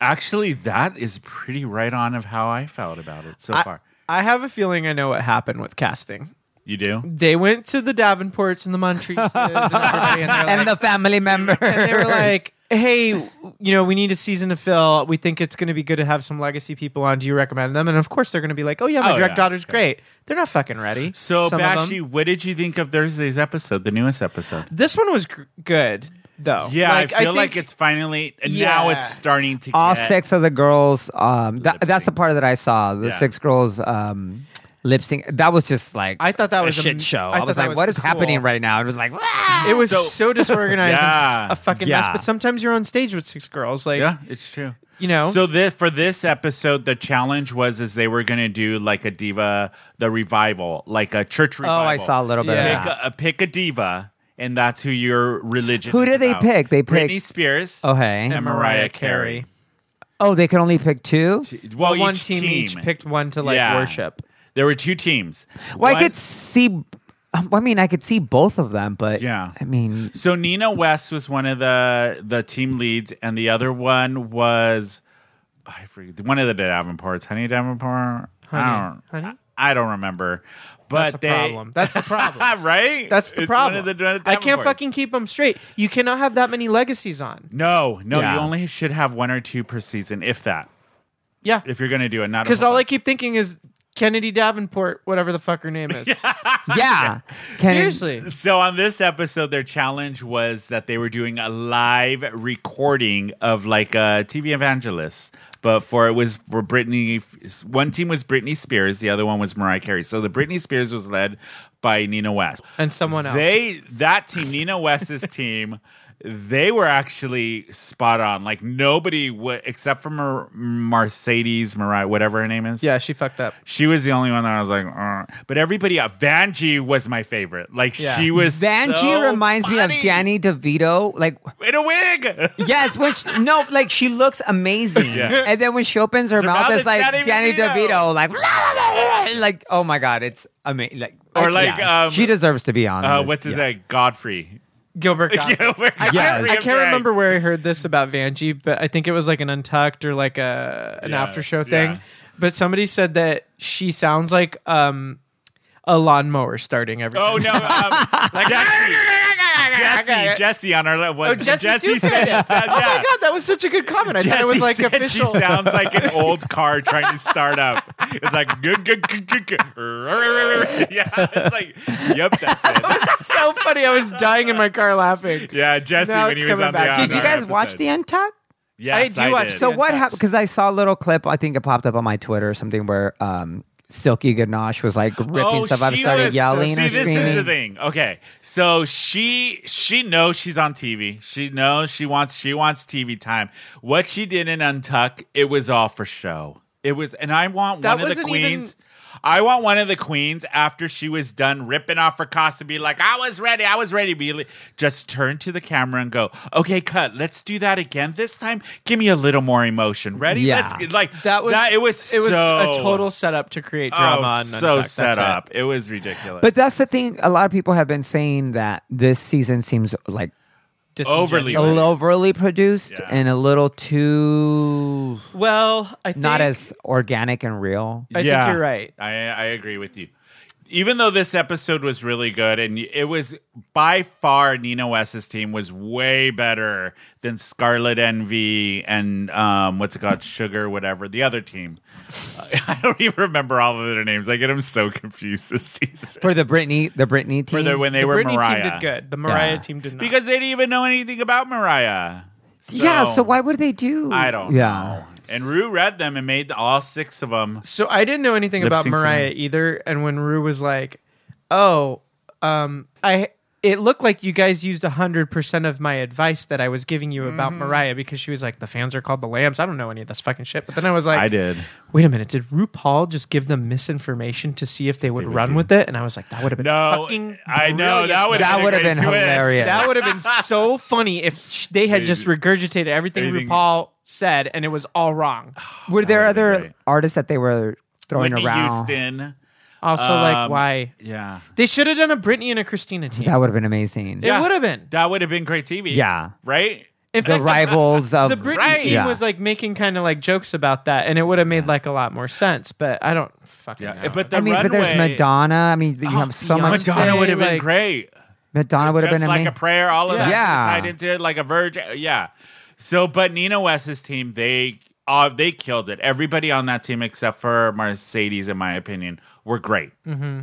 Actually, that is pretty right on of how I felt about it so far. I have a feeling I know what happened with casting. You do? They went to the Davenports and the Montreses and everybody, and they're And like, the family member. and they were like, "Hey, you know, we need a season to fill. We think it's going to be good to have some legacy people on. Do you recommend them?" And of course, they're going to be like, "Oh yeah, my Oh, direct yeah, daughter's okay. great." They're not fucking ready. So, some of them. Bashy, what did you think of Thursday's episode, the newest episode? this one was gr- good though. Yeah, I feel like think- it's finally and Yeah. now it's starting to all get, six of the girls um that, Lip that's the sync. part that I saw. The Yeah. six girls um lip sync. That was just like I thought that was a a- shit show. I I, thought was that like, was what is cool. happening right now? It was like It was So- so, disorganized, Yeah. and a fucking mess. Yeah. But sometimes you're on stage with six girls, like Yeah, it's true. you know. So this for this episode, the challenge was is they were gonna do like a diva, the revival, like a church Oh, revival. I saw a little bit Yeah. of Pick that. a, a- pick a diva, and that's who your religion. Who is did they about. pick? They picked- Oh, Britney Spears. Okay. and Mariah Carey. Oh, they could only pick two? Well, one each team, each picked one to like Yeah. worship. There were two teams. Well, I One- could see. um, I mean, I could see both of them, but Yeah. I mean, So Nina West was one of the the team leads, and the other one was I forget one of the Davenports, Honey Davenport. I Honey. don't, Honey? I, I don't remember. But That's a they, Ah, problem. That's the problem. right? That's the It's one problem. of the Davenports. I can't fucking keep them straight. You cannot have that many legacies on. No, no. Yeah. You only should have one or two per season, if that. Yeah, If you're gonna do it, not a because whole all I bunch. keep thinking is Kennedy Davenport, whatever the fuck her name is. yeah. Can Seriously, So on this episode, their challenge was that they were doing a live recording of like a TV evangelist, but for it was for Britney. One team was Britney Spears, the other one was Mariah Carey. So the Britney Spears was led by Nina West. and someone else. They that team, Nina West's team, they were actually spot on. Like nobody would, except for Mer- Mercedes Mariah, whatever her name is. yeah, she fucked up. She was the only one that I was like, "Uh." but everybody, uh, Vanjie was my favorite. Like Yeah. she was. Vanjie so reminds me funny. of Danny DeVito. Like, in a wig. yes, when she, no, like she looks amazing, Yeah. and then when she opens her mouth mouth, is it's like Danny Danny DeVito. DeVito, like, blah, blah, blah, blah. like, oh my god, it's amazing. Like, Or like, um, she deserves to be on. uh, this. what's his Yeah. name? Godfrey. Gilbert. Gottfried. Gilbert Uh, I can't, Godfrey I of can't drag. remember where I heard this about Vanjie, but I think it was like an untucked or like a an Yeah, after show yeah. thing. But somebody said that she sounds like um a lawnmower starting every. Oh no, um, Jesse. Jesse. Jesse on our level. Oh, Jesse Sue said said it. it. Said, Oh my yeah. god, that was such a good comment. I thought it was Jesse like said official. She sounds like an old car trying to start up. It's like, "Gug, gug, gug, gug, gug." yeah, it's like, yep, that's it. so funny. I was dying in my car laughing. Yeah, Jesse Now when it's he was coming on the. back. on Did you our guys watch episode. the Untucked? Yes, I do watch did. So what Untucked. happened? Because I saw a little clip. I think it popped up on my Twitter or something where um, Silky Ganache was like ripping stuff up, she started was- yelling Oh, See, or this screaming. is the thing. Okay, so she she knows she's on TV. She knows she wants she wants TV time. What she did in Untuck, it was all for show. It was, and I want That one of the wasn't even- queens. I want one of the queens after she was done ripping off her costume, be like, "I was ready, I was ready." Be like, just turn to the camera and go, "Okay, cut. Let's do that again. This time, give me a little more emotion. Ready? Yeah. Let's get-" like That was It was it was so- a total setup to create Oh, drama. on so Untucked. set That's it. up. It. was ridiculous. But that's the thing. A lot of people have been saying that this season seems like Disingenuous. Overly a little overly produced Yeah. and a little too Well, I think not as organic and real. I think you're right. I I agree with you. Even though this episode was really good, and it was by far Nina West's team was way better than Scarlet Envy and um, what's it called, Sugar, whatever the other team. I don't even remember all of their names. I get them so confused this season. For the Britney, the Britney team, For their when they the were Britney Mariah, team did good. The Mariah Yeah. team did not. because they didn't even know anything about Mariah. yeah. So why would they do? I don't Yeah, know. And Rue read them and made all six of them. So I didn't know anything Lip about sync for Mariah me. either. And when Rue was like, "Oh, um, I it looked like you guys used 100% of my advice that I was giving you about Mm-hmm. Mariah because she was like, the fans are called the lambs. I don't know any of this fucking shit. But then I was like, I did. Wait a minute. Did RuPaul just give them misinformation to see if they would, run with it? And I was like, that would have been No, fucking. I know that would That have would have been, been hilarious. That would have been so funny if sh- they had just regurgitated everything Anything- RuPaul said and it was all wrong. Were there would've been other great. artists that they were throwing Whitney around? Houston. Also, like, Um, why? Yeah, They should have done a Britney and a Christina team. That would have been amazing. it would have been. that would have been great TV. Yeah. right. In The fact, rivals of the Britney Right. team Yeah. was like making kind of like jokes about that, and it would have made like a lot more sense. But I don't fucking Yeah, know. but the I mean, runway. but there's Madonna. I mean, you have so much. Beyonce. Madonna would have been like- great. Madonna would have Just been like amazing. a prayer. All of that Yeah. tied into it, like a virgin. Yeah. So, but Nina West's team, they uh, they killed it. Everybody on that team, except for Mercedes, in my opinion, were great.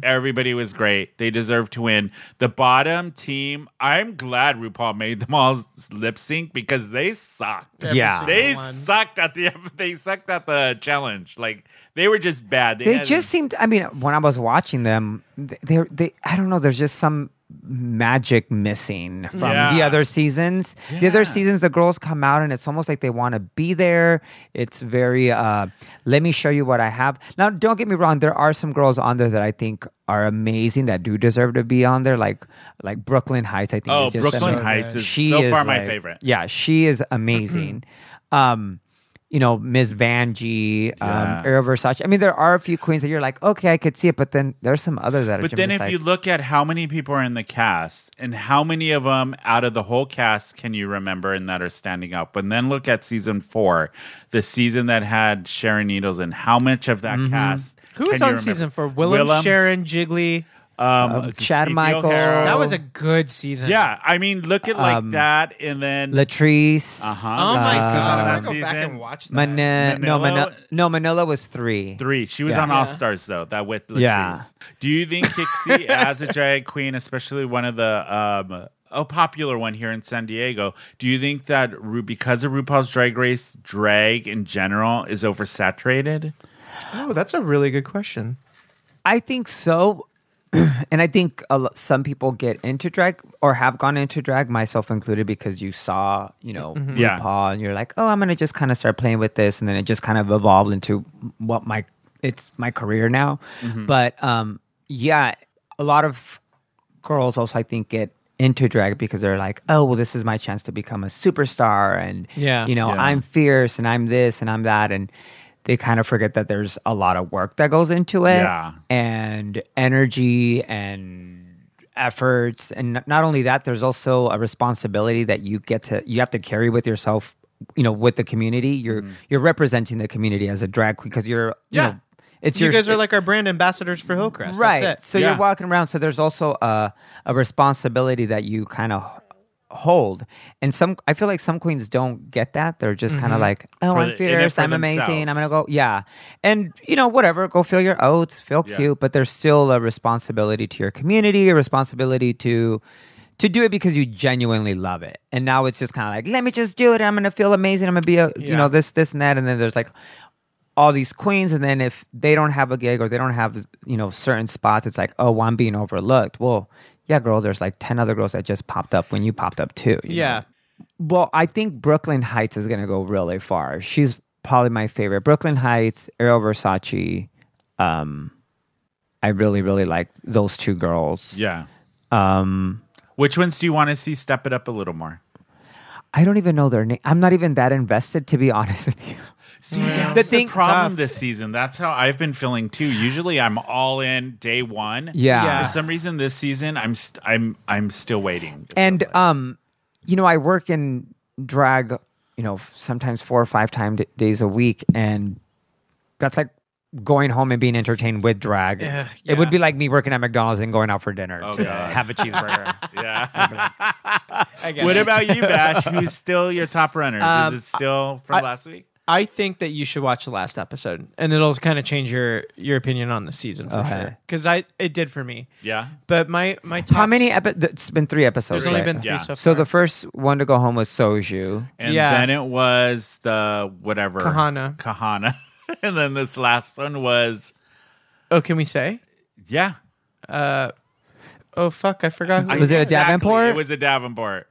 Everybody was great. They deserved to win. The bottom team, I'm glad RuPaul made them all lip sync because they sucked. Every Yeah. single They one. sucked at the they sucked at the challenge. Like they were just bad. they had- just seemed. I mean, when I was watching them, th- they they. I don't know. There's just some magic missing from Yeah. the other seasons. The other seasons, the girls come out and it's almost like they want to be there. It's very. uh Let me show you what I have. Now, don't get me wrong. There are some girls on there that I think are amazing that do deserve to be on there. Like like Brooklyn Heights. I think. Oh, is just Brooklyn amazing. Heights is She so is far my like- favorite. Yeah, she is amazing. um, you know, Ms. Vanjie, um, Yeah. Era Versace. I mean, there are a few queens that you're like, okay, I could see it, but then there's some other that. are But just then if like, you look at how many people are in the cast and how many of them out of the whole cast can you remember and that are standing up, and then look at season four, the season that had Sharon Needles and how much of that cast. Mm-hmm. Who was can you on season remember? four? Willem, Willem, Sharon, Jiggly. um, Chad Ethan Michael. O'Hara. That Oh. was Um, a good season. yeah, I mean, look at like that, and then Latrice, uh-huh, Oh my Uh, god! I want to that go back season. and watch that. Mana- Manila- no, Manila, no, Manila was three. Three. She was Yeah. on All Stars though. That with Latrice. Yeah. Do you think Kixie as a drag queen, especially one of the um a popular one here in San Diego, do you think that Ru- because of RuPaul's Drag Race, drag in general is oversaturated? Oh, that's a really good question. I think so. and I think a lo- some people get into drag or have gone into drag, myself included, because you saw, you know, Mm-hmm. Yeah. RuPaul, and you're like, oh, I'm gonna just kind of start playing with this, and then it just kind of evolved into what my it's my career now. Mm-hmm. But um, yeah, a lot of girls also I think get into drag because they're like, oh, well, this is my chance to become a superstar, and Yeah. you know, Yeah. I'm fierce and I'm this and I'm that, and they kind of forget that there's a lot of work that goes into it, Yeah. and energy and efforts, and n- not only that, there's also a responsibility that you get to you have to carry with yourself, you know, with the community. You're you're representing the community as a drag queen because you're you Mm-hmm. Yeah. know, it's You your, guys are like our brand ambassadors for Hillcrest. right. That's it. So Yeah. you're walking around. So there's also a, a responsibility that you kind of hold. And some, I feel like some queens don't get that. They're just kind of like, oh, Mm-hmm. For the- in I'm it fierce. for I'm amazing. I'm themselves. going to go. Yeah. And, you know, whatever. Go feel your oats. Feel Yeah. cute. But there's still a responsibility to your community, a responsibility to. To do it because you genuinely love it, and now it's just kind of like, let me just do it. I'm gonna feel amazing. I'm gonna be a, you Yeah. know, this, this, and that. And then there's like all these queens and then if they don't have a gig or they don't have you know certain spots it's like oh well, i'm being overlooked well yeah girl there's like 10 other girls that just popped up when you popped up too you Yeah. know? well i think brooklyn heights is going to go really far she's probably my favorite brooklyn heights ariel versace um i really really like those two girls Yeah. um Which ones do you want to see step it up a little more? i don't even know their name i'm not even that invested to be honest with you See, that's the, The thing- problem Tough. this season. That's how I've been feeling too. Usually, I'm all in day one. Yeah. Yeah. For some reason, this season, I'm st- I'm I'm still waiting. it and feels like. um you know i work in drag you know sometimes four or five time d- days a week and that's like going home and being entertained with drag Yeah, it would yeah. be like me working at mcdonald's and going out for dinner Oh, to God. have a cheeseburger yeah. What about you, Bash? Who's still your top runners? Um, Is it still from I- last week? I think that you should watch the last episode, and it'll kind of change your your opinion on the season for Okay. sure. Because I it did for me. Yeah. But my my top how many epi- th- it's been three episodes There's only right? been three Yeah. so far. so the first one to go home was soju And Yeah. then it was the whatever Kahana. Kahana. and then this last one was oh, can we say? yeah. Uh, oh fuck, I forgot. Who Was it a Exactly, Davenport? It was a Davenport.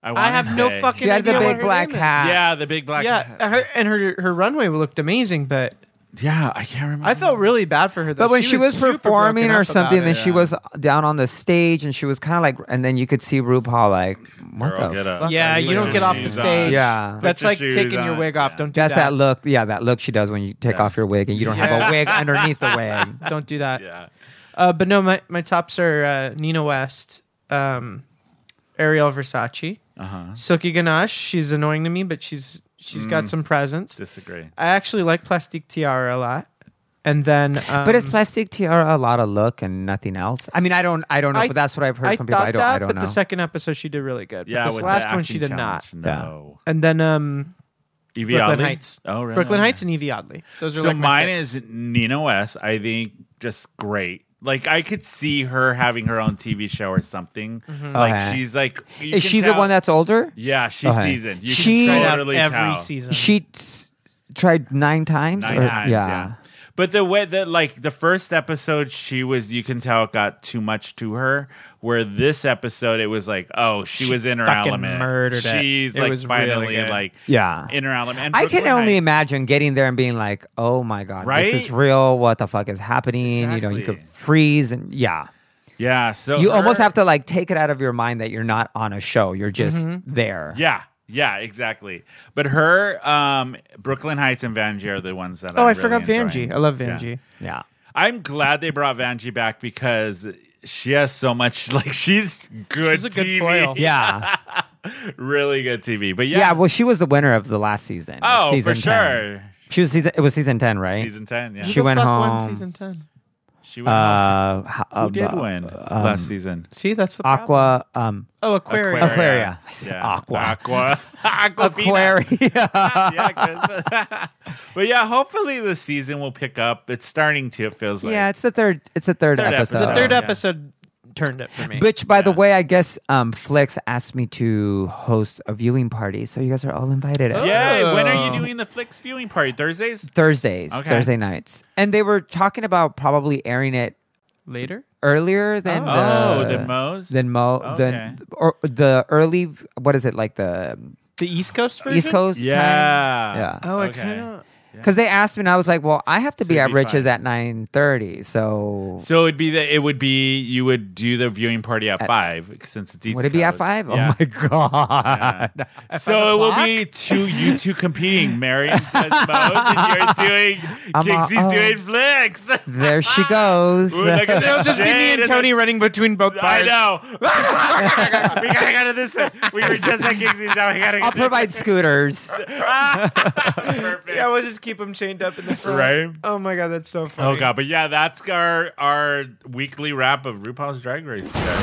I, I wanna have no say. fucking She had the idea. what big her black name is. hat. Yeah, the big black. Yeah, her, and her her runway looked amazing, but yeah. I can't remember. I felt really bad for her. Though. But when she, was, super performing broken or up about something, it. then she was down on the stage and she was kind of like, and then you could see RuPaul like, what Girl, the get fuck? up. Yeah, Put you your don't get off the shoes stage. on. Yeah. Put that's your like shoes taking your on. wig off. Don't do That's that. that look. Yeah, that look she does when you take off your wig and you don't have a wig underneath the wig. Don't do that. Yeah. Uh, but no, my, my tops are uh, Nina West, um, Ariel Versace, Uh-huh. Silky Ganache. She's annoying to me, but she's she's Mm. got some presence. Disagree. I actually like Plastic Tiara a lot. And then, um, But is plastic tiara a lot of look and nothing else? I mean, I don't, I don't know, I- but that's what I've heard I from people. thought I don't, that, I don't but know. the second episode she did really good. Yeah. but this with last the one she acting did challenge, No. not. And then um, Evie Brooklyn Oddly? Heights, Oh, really? Brooklyn Heights, and Evie Oddly. Those are So like my mine six. is Nina West. I think just great. Like I could see her having her own TV show or something. Like Mm-hmm. Okay. she's like, you Is can she the tell- one that's older? Yeah, she's Okay. seasoned. You She- can Tried out totally every tell. season. She t- tried nine times. uh, Nine or- times, yeah. But the way that, like, the first episode, she was, you can tell it got too much to her. Where this episode, it was like, oh, she, was in her fucking element. murdered it. She's It like was really finally good. like Yeah. in her element. And I can Brooklyn only Heights- imagine getting there and being like, "Oh my god, Right? this is real. What the fuck is happening?" You know, you Exactly. could freeze and yeah, Yeah, so you almost her- have to like take it out of your mind that you're not on a show. You're just there. Mm-hmm. Yeah, yeah, exactly. But her, um, Brooklyn Heights and Vanjie are the ones that. Oh, I'm I really forgot enjoying. Vanjie. I love Yeah. Vanjie. yeah. I'm glad they brought Vanjie back because she has so much. Like she's good. She's a good TV. foil. Yeah. really good TV. But yeah, yeah, Well, she was the winner of the last season. oh, season for 10. sure. She was season. It was season ten, right? Season ten. Yeah, Who She the went fuck won home. season ten. she uh, went. off. ho- Who did uh, win last season? See, that's the problem. Aqua. Um, Oh, Aquarius. Aquaria. I said Yeah. Aqua. Aqua. Aquafina. Aquaria. yeah, Chris. but yeah, hopefully the season will pick up. It's starting to. It feels like. yeah, it's the third. It's the third, Third episode. episode. The third Yeah. episode turned it for me. Which, by the way, I guess um, Flex asked me to host a viewing party, so you guys are all invited. Yeah, when are you Oh. doing the Flicks viewing party? Thursdays? Thursdays, Okay. Thursday nights, and they were talking about probably airing it Later, earlier than Oh, the the Moe's? than Mo Okay. than or the early what is it like the the East Coast version. East Coast Yeah. Yeah. Oh, I Okay. kind of. because they asked me and I was like, well, I have to be it'd at be Rich's fine. at nine thirty, so So it'd be that it would be you would do the viewing party at, five since it's East would it be at Coast. five? Yeah. Oh my god! So it will be two you two competing. Marion does Moe's and you're doing I'm Kixie's all- oh. doing flicks. There she goes. Ooh, look at It'll that just be me shade and in the- Tony running between both I bars. know. we gotta go to this one. We were just at Kixie's now. We gotta go I'll to- provide scooters. Perfect. Yeah, we'll just keep him chained up in the front. Right. Oh my god, that's so funny. Oh god, but yeah, that's our our weekly wrap of RuPaul's Drag Race today.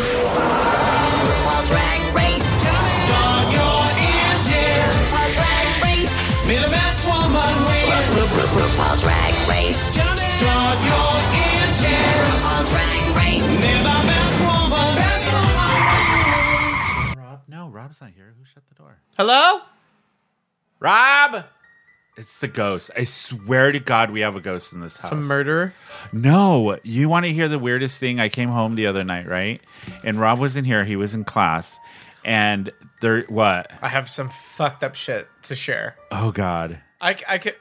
RuPaul Drag Race. Dog your engines. RuPaul Drag Race. Be the best woman win. RuPaul Drag Race. Dog your engines. RuPaul Drag Race. Be the best woman. Best woman. Rob? No, Rob's not here. Who shut the door? Hello? Rob! It's the ghost. I swear to God, we have a ghost in this house. Some murderer. No, you want to hear the weirdest thing? I came home the other night, right? And Rob wasn't here. He was in class. And there, what? I have some fucked up shit to share. Oh God! I, I could.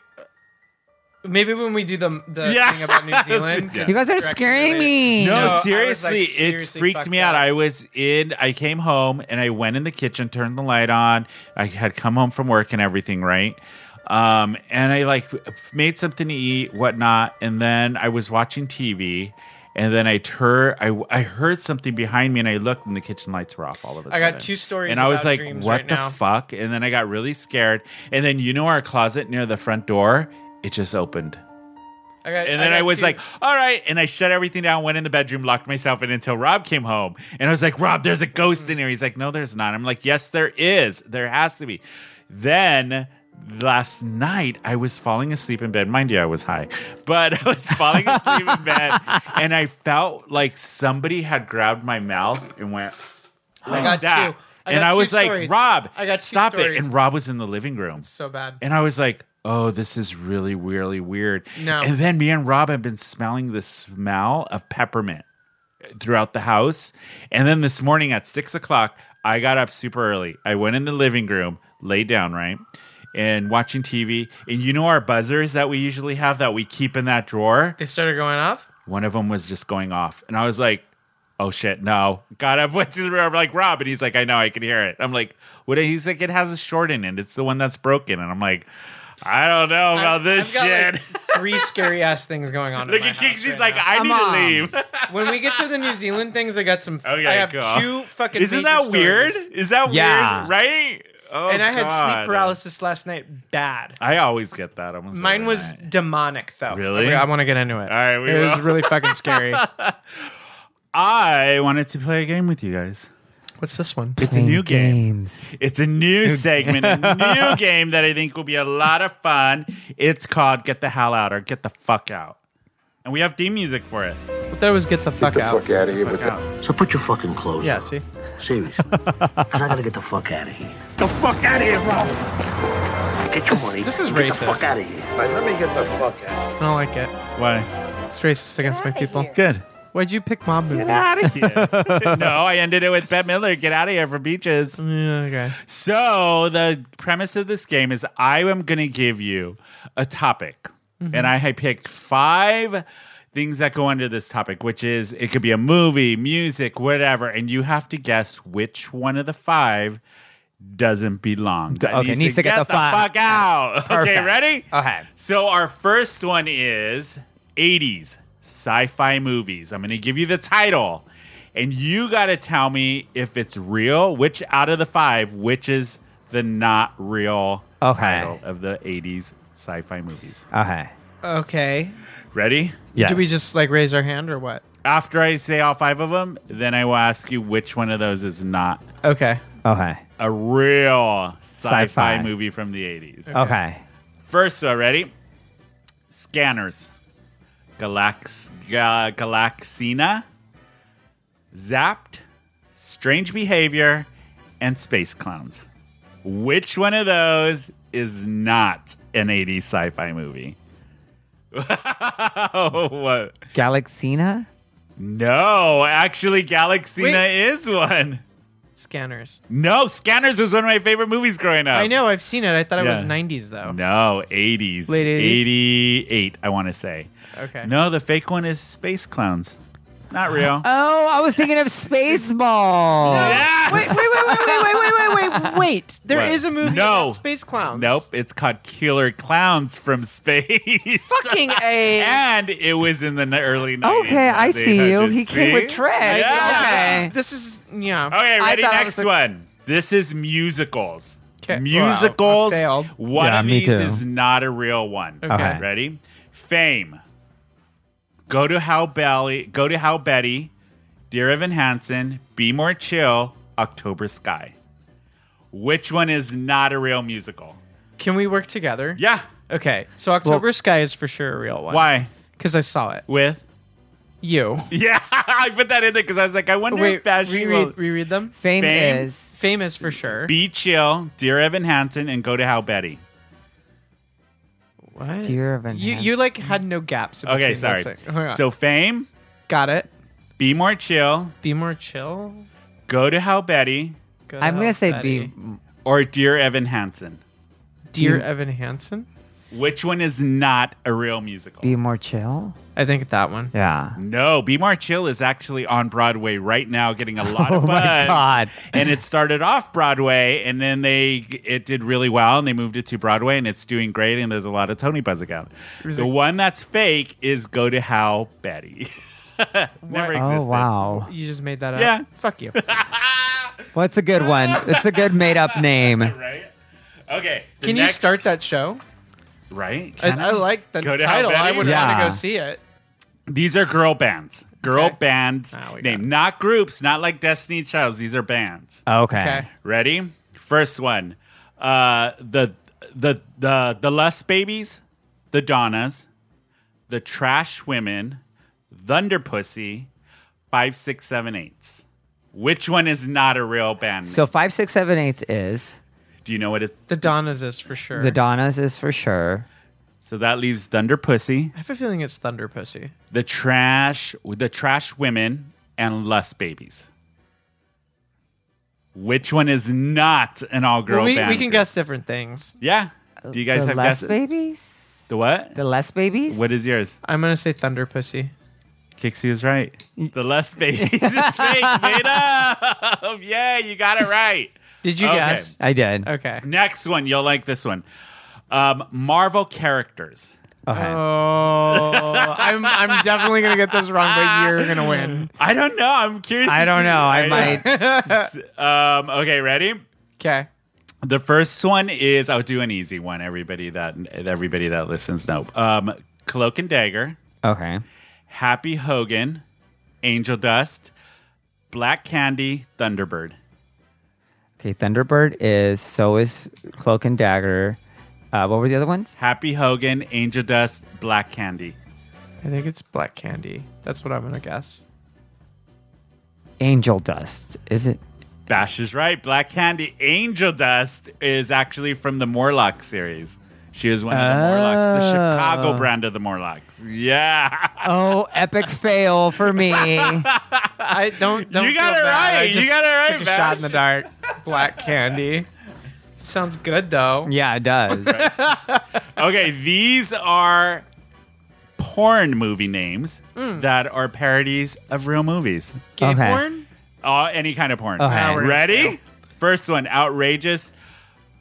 Maybe when we do the, the Yeah. thing about New Zealand. Yeah. You guys are Directly scaring related. me. No, No, I was, seriously, like, it seriously freaked fucked me out. up. I was in. I came home and I went in the kitchen, turned the light on. I had come home from work and everything, right? Um, and I like f- made something to eat, whatnot, and then I was watching TV. And then I tur- I, I heard something behind me, and I looked, and the kitchen lights were off all of a I sudden. got two stories and I was about like, dreams "What right the now." fuck?" And then I got really scared. And then you know our closet near the front door, it just opened. I got, And then I, got was two- like, all right. And I shut everything down, went in the bedroom, locked myself in until Rob came home. And I was like, Rob, there's a ghost in here. He's like, no, there's not. I'm like, yes, there is. There has to be. Then last night, I was falling asleep in bed. Mind you, I was high, but I was falling asleep in bed. And I felt like somebody had grabbed my mouth and went, like got that. two. I and got I two was like, stories. Rob, I got two stop stories. it. And Rob was in the living room. so bad. And I was like, oh, this is really, really weird. No. And then me and Rob have been smelling the smell of peppermint. throughout the house. And then this morning at six o'clock, I got up super early. I went in the living room, laid down, right? And watching TV. And you know our buzzers that we usually have that we keep in that drawer? They started going off. one of them was just going off. And I was like, oh shit, no. Got up, went to the room, like, Rob. And he's like, I know, I can hear it. I'm like, what? He's like, it has a short in it. It's the one that's broken. And I'm like, I don't know about this I've got, shit. like, three scary ass things going on. in Look my at Kix. house He's right like, now. I Come need on. to leave. when we get to the New Zealand things, I got some. Okay, I have cool. two fucking. Isn't major that weird? stories. Is that Yeah. weird? Right? Oh, and I had God. sleep paralysis last night. Bad. I always get that. Almost Mine every was night. demonic though. Really? I want to get into it. All right, we it was will. really fucking scary. I wanted to play a game with you guys. What's this one? It's a new game. Games. It's a new segment, a new game that I think will be a lot of fun. It's called Get the Hell Out or Get the Fuck Out. And we have theme music for it. What that was? Get the fuck out. out of here with out. that. So put your fucking clothes Yeah. on. See. Seriously. and I gotta get the fuck out of here. The fuck out of here, Rob. Get your money. This is and Get the racist. fuck out of here. let me get the fuck out. I don't like it. Why? It's racist against my people. Good. Why'd you pick mob movies? Out of here. no, I ended it with Bette Miller. Get out of here for beaches. Yeah, okay. So the premise of this game is I am going to give you a topic, Mm-hmm. and I had picked five things that go under this topic, which is it could be a movie, music, whatever, and you have to guess which one of the five doesn't belong. That okay, needs to get the fuck- fuck out. Okay, Perfect. ready? Okay. So our first one is 80s sci-fi movies. I'm going to give you the title and you got to tell me if it's real, which out of the 5 which is the not real Okay. title of the 80s sci-fi movies. Okay. Okay. Ready? Yes. Do we just like raise our hand or what? After I say all 5 of them, then I will ask you which one of those is not Okay. Okay. a real sci-fi, Sci-fi. movie from the 80s. Okay. First, uh, ready? Scanners. Galax- Ga- Galaxina. Zapped. Strange Behavior. And Space Clowns. Which one of those is not an 80s sci fi movie? Wow. Galaxina? no, actually, Galaxina Wait. is one. Scanners. No, Scanners was one of my favorite movies growing up. I know. I've seen it. I thought it Yeah. was 90s though. No, 80s. Late 80s? 88, I want to say. Okay. No, the fake one is Space Clowns. Not real. Oh, I was thinking of Spaceball. yeah. Wait, wait, wait, wait, wait, wait, wait, wait, wait, wait. There is What? a movie No. about space clowns. Nope, it's called Killer Clowns from Space. Fucking A. and it was in the n- early 90s. Okay, I see you. He came with Trey. tricks. Yeah. Okay. This is yeah. Okay, I ready? thought it Next was a- one. This is musicals. 'Kay. Musicals. Wow, I failed. One Yeah, of me these too. is not a real one. Okay. Ready? Fame. Go to How Belly. Go to How Betty. Dear Evan Hansen. Be More Chill. October Sky. Which one is not a real musical? Can we work together? Yeah. Okay. So October Sky is for sure a real one. Why? Because I saw it. With? You. Yeah, I put that in there because I was like, I wonder Wait. if that she will- Reread, reread them. Fame, Fame. is. Famous for sure. Be chill, dear Evan Hansen, and go to How Betty. what? Dear Evan You you Hansen. like had no gaps. in Okay, between sorry. those things. Hang on. So fame, got it. be more chill, Be more chill. go to How Betty, Go I'm to gonna hell, say Betty. B. or dear Evan Hansen. Dear Evan Hansen. Which one is not a real musical? Be more chill. I think that one. Yeah. no, Be More Chill is actually on Broadway right now, getting a lot of Oh buzz. my God. And it started off Broadway, and then they it did really well, and they moved it to Broadway, and it's doing great. And there's a lot of Tony buzz about it. The one that's fake is Go to How Betty. Never existed. Oh wow. You just made that up. Yeah. Fuck you. What's a good one? It's a good made up name. Right? Okay. the Can you next- start that show? Right? I, I like the Go to title. Hell I Betty? would want Yeah. to go see it. These are girl bands. Girl Okay. bands Ah, we got name, not groups, not like Destiny Childs. These are bands. Okay. Okay. Ready? First one. Uh, the the the the Lust Babies, the Donnas, the Trash Women, Thunder Pussy, five six seven eights. Which one is not a real band? So name? five six seven eight is Do you know what it's? The Donnas is for sure. the Donnas is for sure. So that leaves Thunder Pussy, I have a feeling it's Thunder Pussy. the Trash, the Trash Women, and less babies. Which one is not an all girl Well, we, band? we can group? guess different things. Yeah. Do you guys the have less guesses? babies? The what? The less babies? what is yours? I'm gonna say Thunder Pussy. Kixie is right. The less babies is fake made up. Yeah, you got it right. Did you Okay. guess? I did. Okay. Next one, you'll like this one. Um, Marvel characters. Okay. Oh, I'm I'm definitely gonna get this wrong, but you're gonna win. I don't know. I'm curious. I to don't see. know. I might. Um, okay, ready? Okay. The first one is I'll do an easy one. Everybody that everybody that listens know. Um, Cloak and Dagger, Okay. Happy Hogan, Angel Dust, Black Candy, Thunderbird. Okay. Thunderbird is so is Cloak and Dagger. Uh, what were the other ones? Happy Hogan, Angel Dust, Black Candy. I think it's Black Candy. That's what I'm gonna guess. Angel Dust. Is it? Bash is right. Black Candy Angel Dust is actually from the Morlock series. She was one of the Morlocks, the Oh. Chicago brand of the Morlocks. Yeah. Oh, epic fail for me. I don't. don't You got feel it bad. I right. You just got it right, Took a Bash. shot in the dark. Black Candy. Sounds good though. yeah, it does. Okay, these are porn movie names that are parodies of real movies. Gay Okay. porn. Uh, any kind of porn. Okay. Now we're gonna Ready? First one outrageous,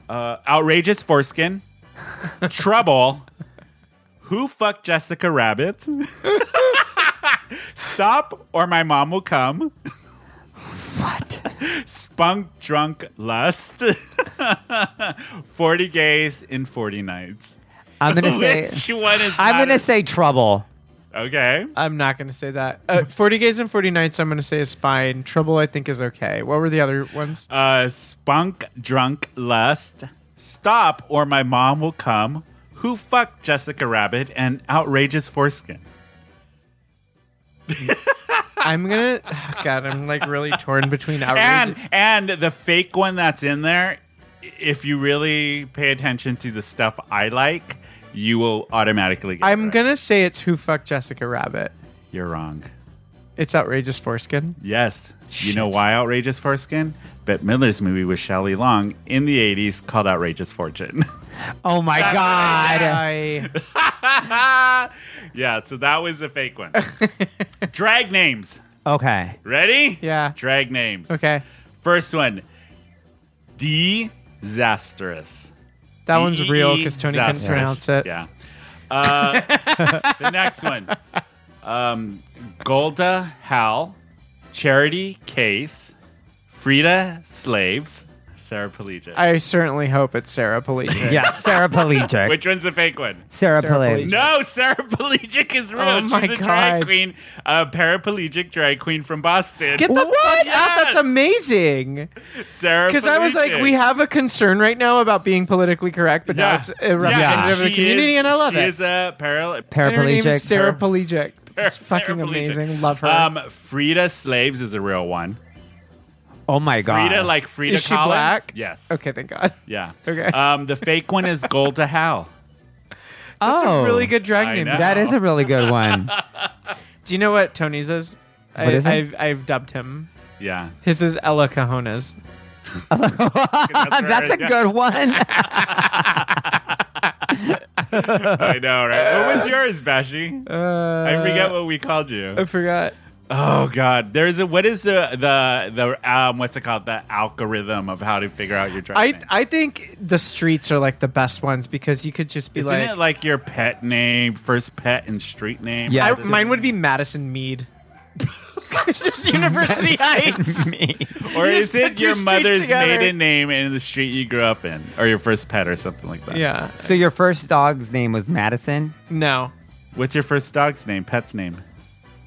uh, outrageous foreskin, trouble, who fucked Jessica Rabbit, stop or my mom will come, What? spunk drunk lust, 40 gays in 40 nights. I'm gonna say. Which one is I'm not gonna a- say trouble. Okay. I'm not gonna say that. Uh, Forty Gays and Forty Nights. I'm gonna say is fine. Trouble. I think is okay. What were the other ones? Uh, spunk, drunk, lust, stop, or my mom will come. Who fucked Jessica Rabbit and outrageous foreskin? I'm gonna. oh God, I'm like really torn between outrage. And and the fake one that's in there. If you really pay attention to the stuff I like, you will automatically. get it I'm right. gonna say it's Who Fucked Jessica Rabbit. You're wrong. It's outrageous foreskin. Yes. You know why outrageous foreskin? Bette Midler's movie with Shelley Long in the '80s called Outrageous Fortune. Oh my god. I, yeah. So that was the fake one. Drag names. Okay. Ready? Yeah. Drag names. okay, First one, disastrous. that one's real because Tony couldn't Disastrous. pronounce it. Yeah. Uh, the next one, um, Golda Hal, Charity Case, Frida Slaves, Sarah Pelagic. I certainly hope it's Sarah Pelagic. Yeah, Sarah Pelagic. Which one's the fake one? Sarah, Sarah Pelagic. Pelagic. No, Sarah Pelagic is real. Oh my She's a drag God. queen, a paraplegic drag queen from Boston. Get the fuck out! Yes! That's amazing. Sarah Because I was like, Pelagic. we have a concern right now about being politically correct, but now it's a representative of the She community, is- and I love she it. is a paral- Her name Paraplegic. is Sarah Paraplegic. Pelagic. It's fucking paraplegic. amazing. Love her. Um, Frida Slaves is a real one. oh my god. Frida, like Frida is she Collins. black? Yes. Okay, thank God. Yeah. Okay. Um, the fake one is Golda Hal. oh, That's a really good I drag name. know. That is a really good one. Do you know what Tony's is? I, What is it? I've, I've dubbed him. Yeah. His is Ella Cajones. That's a good one. I know, right? What was yours, Bashy? Uh, I forget what we called you. I forgot. Oh God, there's a what is the the the um what's it called the algorithm of how to figure out your drag I name? I think the streets are like the best ones because you could just be Isn't like, it like your pet name, first pet and street name? Yeah. I, mine would be Madison Mead. it's just University Heights. Or You is just it put your two streets mother's together. maiden name and the street you grew up in, or your first pet, or something like that? Yeah. so your first dog's name was Madison. No. What's your first dog's name, pet's name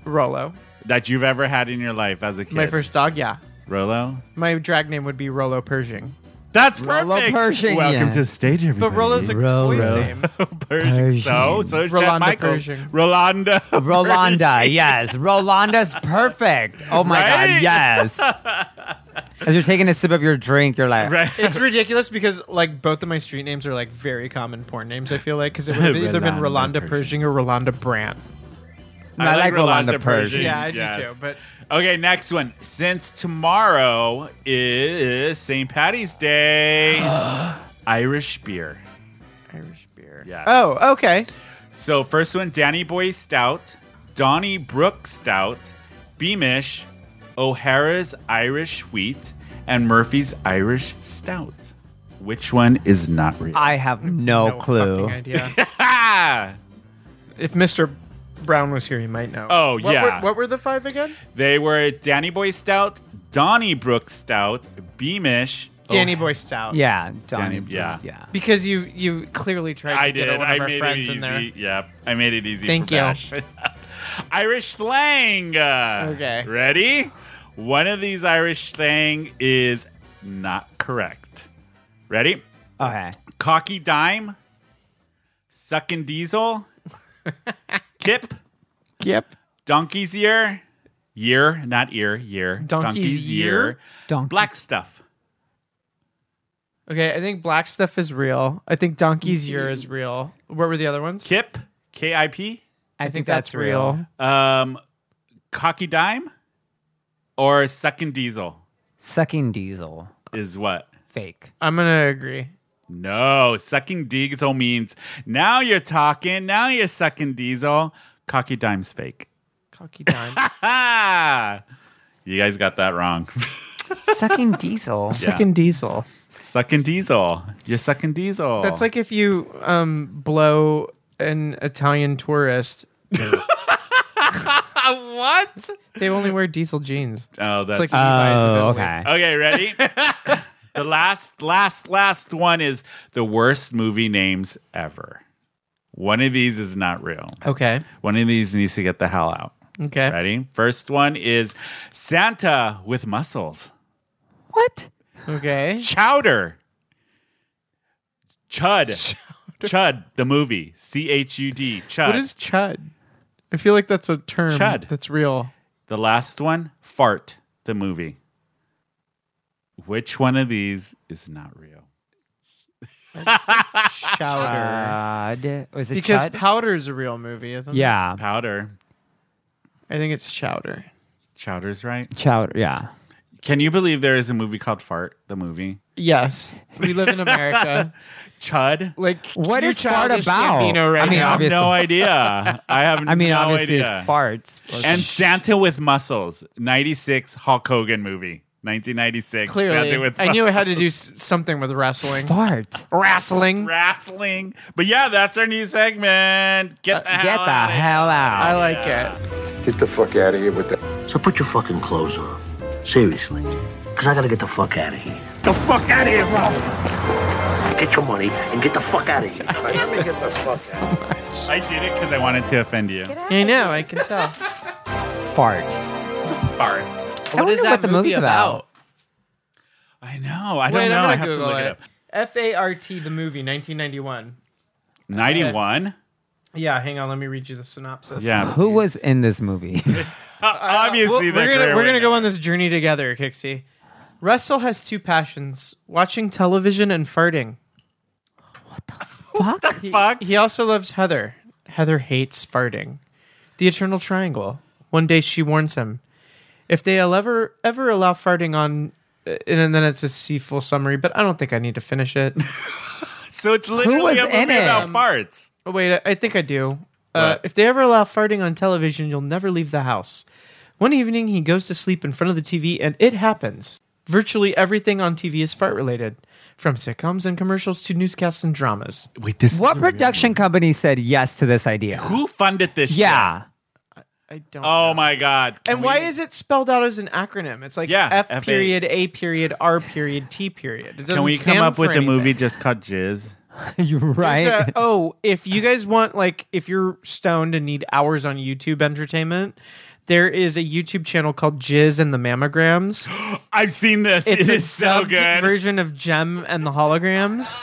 Rolo. that you've ever had in your life as a kid? My first dog, yeah. Rolo. My drag name would be Rolo Pershing. That's perfect. Rolo Pershing, Welcome yeah. to the stage, everybody. But Rolo's a Rolo. boy's name. Pershing. So, so Pershing. is Chet Rolanda Michael. Pershing. Rolanda. Rolanda, yes. Rolanda's perfect. Oh my Right? god, yes. As you're taking a sip of your drink, you're like, Right. It's ridiculous because like both of my street names are like very common porn names. I feel like because it would have either been Rolanda Rolanda Pershing. Pershing or Rolanda Brandt. I like Rolanda Persian. Yeah, I do yes. too, but- okay, next one. Since tomorrow is St. Patty's Day, Irish beer. Irish beer. Yeah. Oh, okay. So first one, Danny Boy Stout, Donny Brook Stout, Beamish, O'Hara's Irish Wheat, and Murphy's Irish Stout. Which one is not real? I have no, no clue. fucking idea. Ah! if Mr. Brown was here, he might know. Oh, What yeah. Were, what were the five again? They were Danny Boy Stout, Donny Brook Stout, Beamish. Danny Boy Stout. Yeah, Danny- Donnie. yeah. yeah. Because you you clearly tried to Oh, I get did. one I of our made it friends easy. in there. Yep. I made it easy. Thank for you. Bash. Irish slang. Uh, Okay. Ready? One of these Irish slang is not correct. Ready? Okay. Cocky dime, sucking diesel, kip, Yep. donkey's ear, year, not ear, year, Donkey's ear? Donkey's- black stuff. Okay, I think black stuff is real. I think Donkey's Year is real. What were the other ones? Kip, K I P, I, think, that's, real. um, cocky dime, or sucking diesel Sucking diesel. is what? Fake. I'm gonna agree. No, sucking diesel means now you're talking, now you're sucking diesel. Cocky dime's fake. Cocky dime. Ah, you guys got that wrong. Sucking diesel. Second diesel. sucking diesel. You're sucking diesel. That's like if you um blow an Italian tourist. what? They only wear diesel jeans. oh, that's It's like Oh, okay. okay. Ready? the last, last, last one is the worst movie names ever. One of these is not real. Okay. One of these needs to get the hell out. Okay. Ready? First one is Santa with muscles. What? Okay. Chowder. Chud. Chud, the movie. C H U D. Chud. What is chud? I feel like that's a term Chud. that's real. the last one? Fart, the movie. Which one of these is not real? Chowder. Chud. Uh, Was it because Chud? powder is a real movie, isn't it? yeah. Powder. I think it's chowder. Chowder's right. Chowder. Yeah. Can you believe there is a movie called Fart, the movie? Yes. We live in America. Chud? like What cue is fart Childish about? Gambino right I mean, now. I have obviously- no idea. I have I mean, no obviously, idea. farts. And Santa with Muscles, 96 Hulk Hogan movie, 1996. Santa Clearly, with I knew it Muscles. had to do s- something with wrestling. fart. Wrestling. wrestling. But yeah, that's our new segment. Uh, Get the hell Get the out of here. hell I Oh, out. like it. Get the fuck out of here with that. So put your fucking clothes on. Seriously. Because I gotta get the fuck out of here. The fuck out of here, bro. Get your money and get the fuck out of here. Let me get the fuck out. I did it because I wanted to offend you. I know. I can tell. Fart. Fart. What is wonder what the movie's about. I know. I don't Wait, know. I have I'm gonna to Google look it it. up. F A R T, the movie, 1991. 91. Yeah, hang on. Let me read you the synopsis. Yeah. Who was in this movie? Well, Obviously, uh, we're the gonna, career we're gonna go winner. on this journey together, Kixie. Russell has two passions: watching television and farting. Fuck. Fuck. He also loves Heather. Heather hates farting. The eternal triangle. One day she warns him, if they ever ever allow farting on, uh, and then it's a C full summary. But I don't think I need to finish it. So it's literally was a movie in it? about farts. Oh, Wait, I- I think I do. Uh, What? if they ever allow farting on television, you'll never leave the house. One evening, he goes to sleep in front of the TV, and it happens. Virtually everything on TV is fart related, from sitcoms and commercials to newscasts and dramas. Wait, this. What production company said yes to this idea? Who funded this? shit? Yeah. I don't. Oh my god. Can and why we- is it spelled out as an acronym? It's like Yeah, F F A. period, A period, R period, T period. It Can doesn't we stand come up for with a anything. movie just called Jizz? You're It's right. a- oh, if you guys want, like, if you're stoned and need hours on YouTube entertainment, there is a YouTube channel called Jizz and the Mammograms. I've seen this. It's It's a so dubbed good. version of Gem and the Holograms.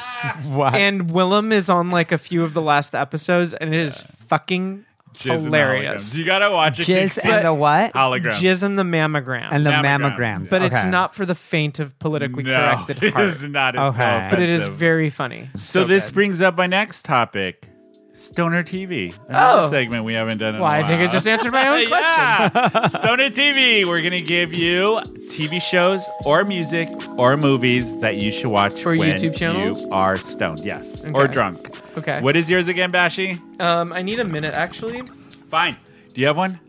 What? And Willem is on like a few of the last episodes, and it is fucking Jizz and the Holograms. hilarious. You gotta watch it. Jizz Kixie. and the what? Hologram. Jizz and the Mammograms. And the Mammograms. mammograms. but it's Okay. not for the faint of politically no, corrected it heart. is not. It's so Okay. But it is offensive. very funny. So, this good. brings up my next topic. Stoner TV. Another Oh. segment we haven't done in Well, a I while. think I just answered my own question. yeah. Stoner TV. We're gonna give you TV shows or music or movies that you should watch Or when YouTube channels? You are stoned, yes, or Okay. drunk. Okay. What is yours again, Bashy? Um, I need a minute actually. Fine. Do you have one,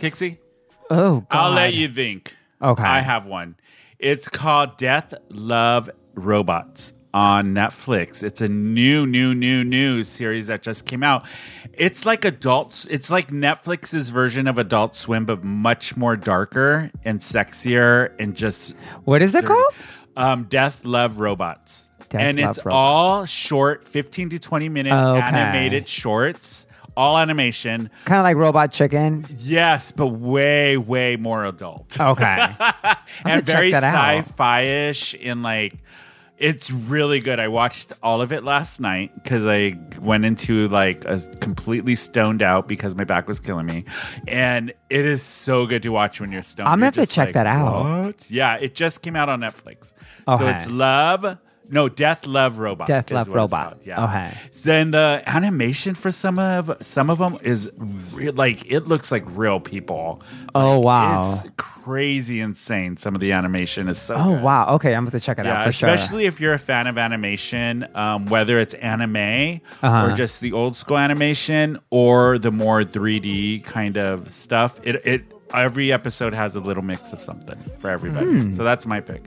Kixie? Oh, God. I'll let you think. Okay. I have one. It's called Death Love Robots on Netflix. It's a new, new, new, new series that just came out. It's like adults, it's like Netflix's version of Adult Swim, but much more darker and sexier and just What is it called? um, Death Love Robots. Death and Love it's Robots. all short, 15 to 20 minute Okay. animated shorts, all animation. Kind of like Robot Chicken. Yes, but way, way more adult Okay. and check very that out. sci-fi ish and like it's really good. I watched all of it last night because I went into like a completely stoned out because my back was killing me, and it is so good to watch when you're stoned. I'm gonna You're have to just check like, that out. What? Yeah, it just came out on Netflix. So Okay. it's Love, no Death, Love, Robot. Death, is Love, what it's Robot. called. Yeah. Okay. Then the animation for some of some of them is re- like it looks like real people. Oh, Like, wow. it's crazy insane. Some of the animation is so. oh, good. wow. Okay, I'm going to check it Yeah, out for sure. especially if you're a fan of animation, um, whether it's anime Uh-huh. or just the old school animation or the more 3D kind of stuff. It it every episode has a little mix of something for everybody. Hmm. So that's my pick.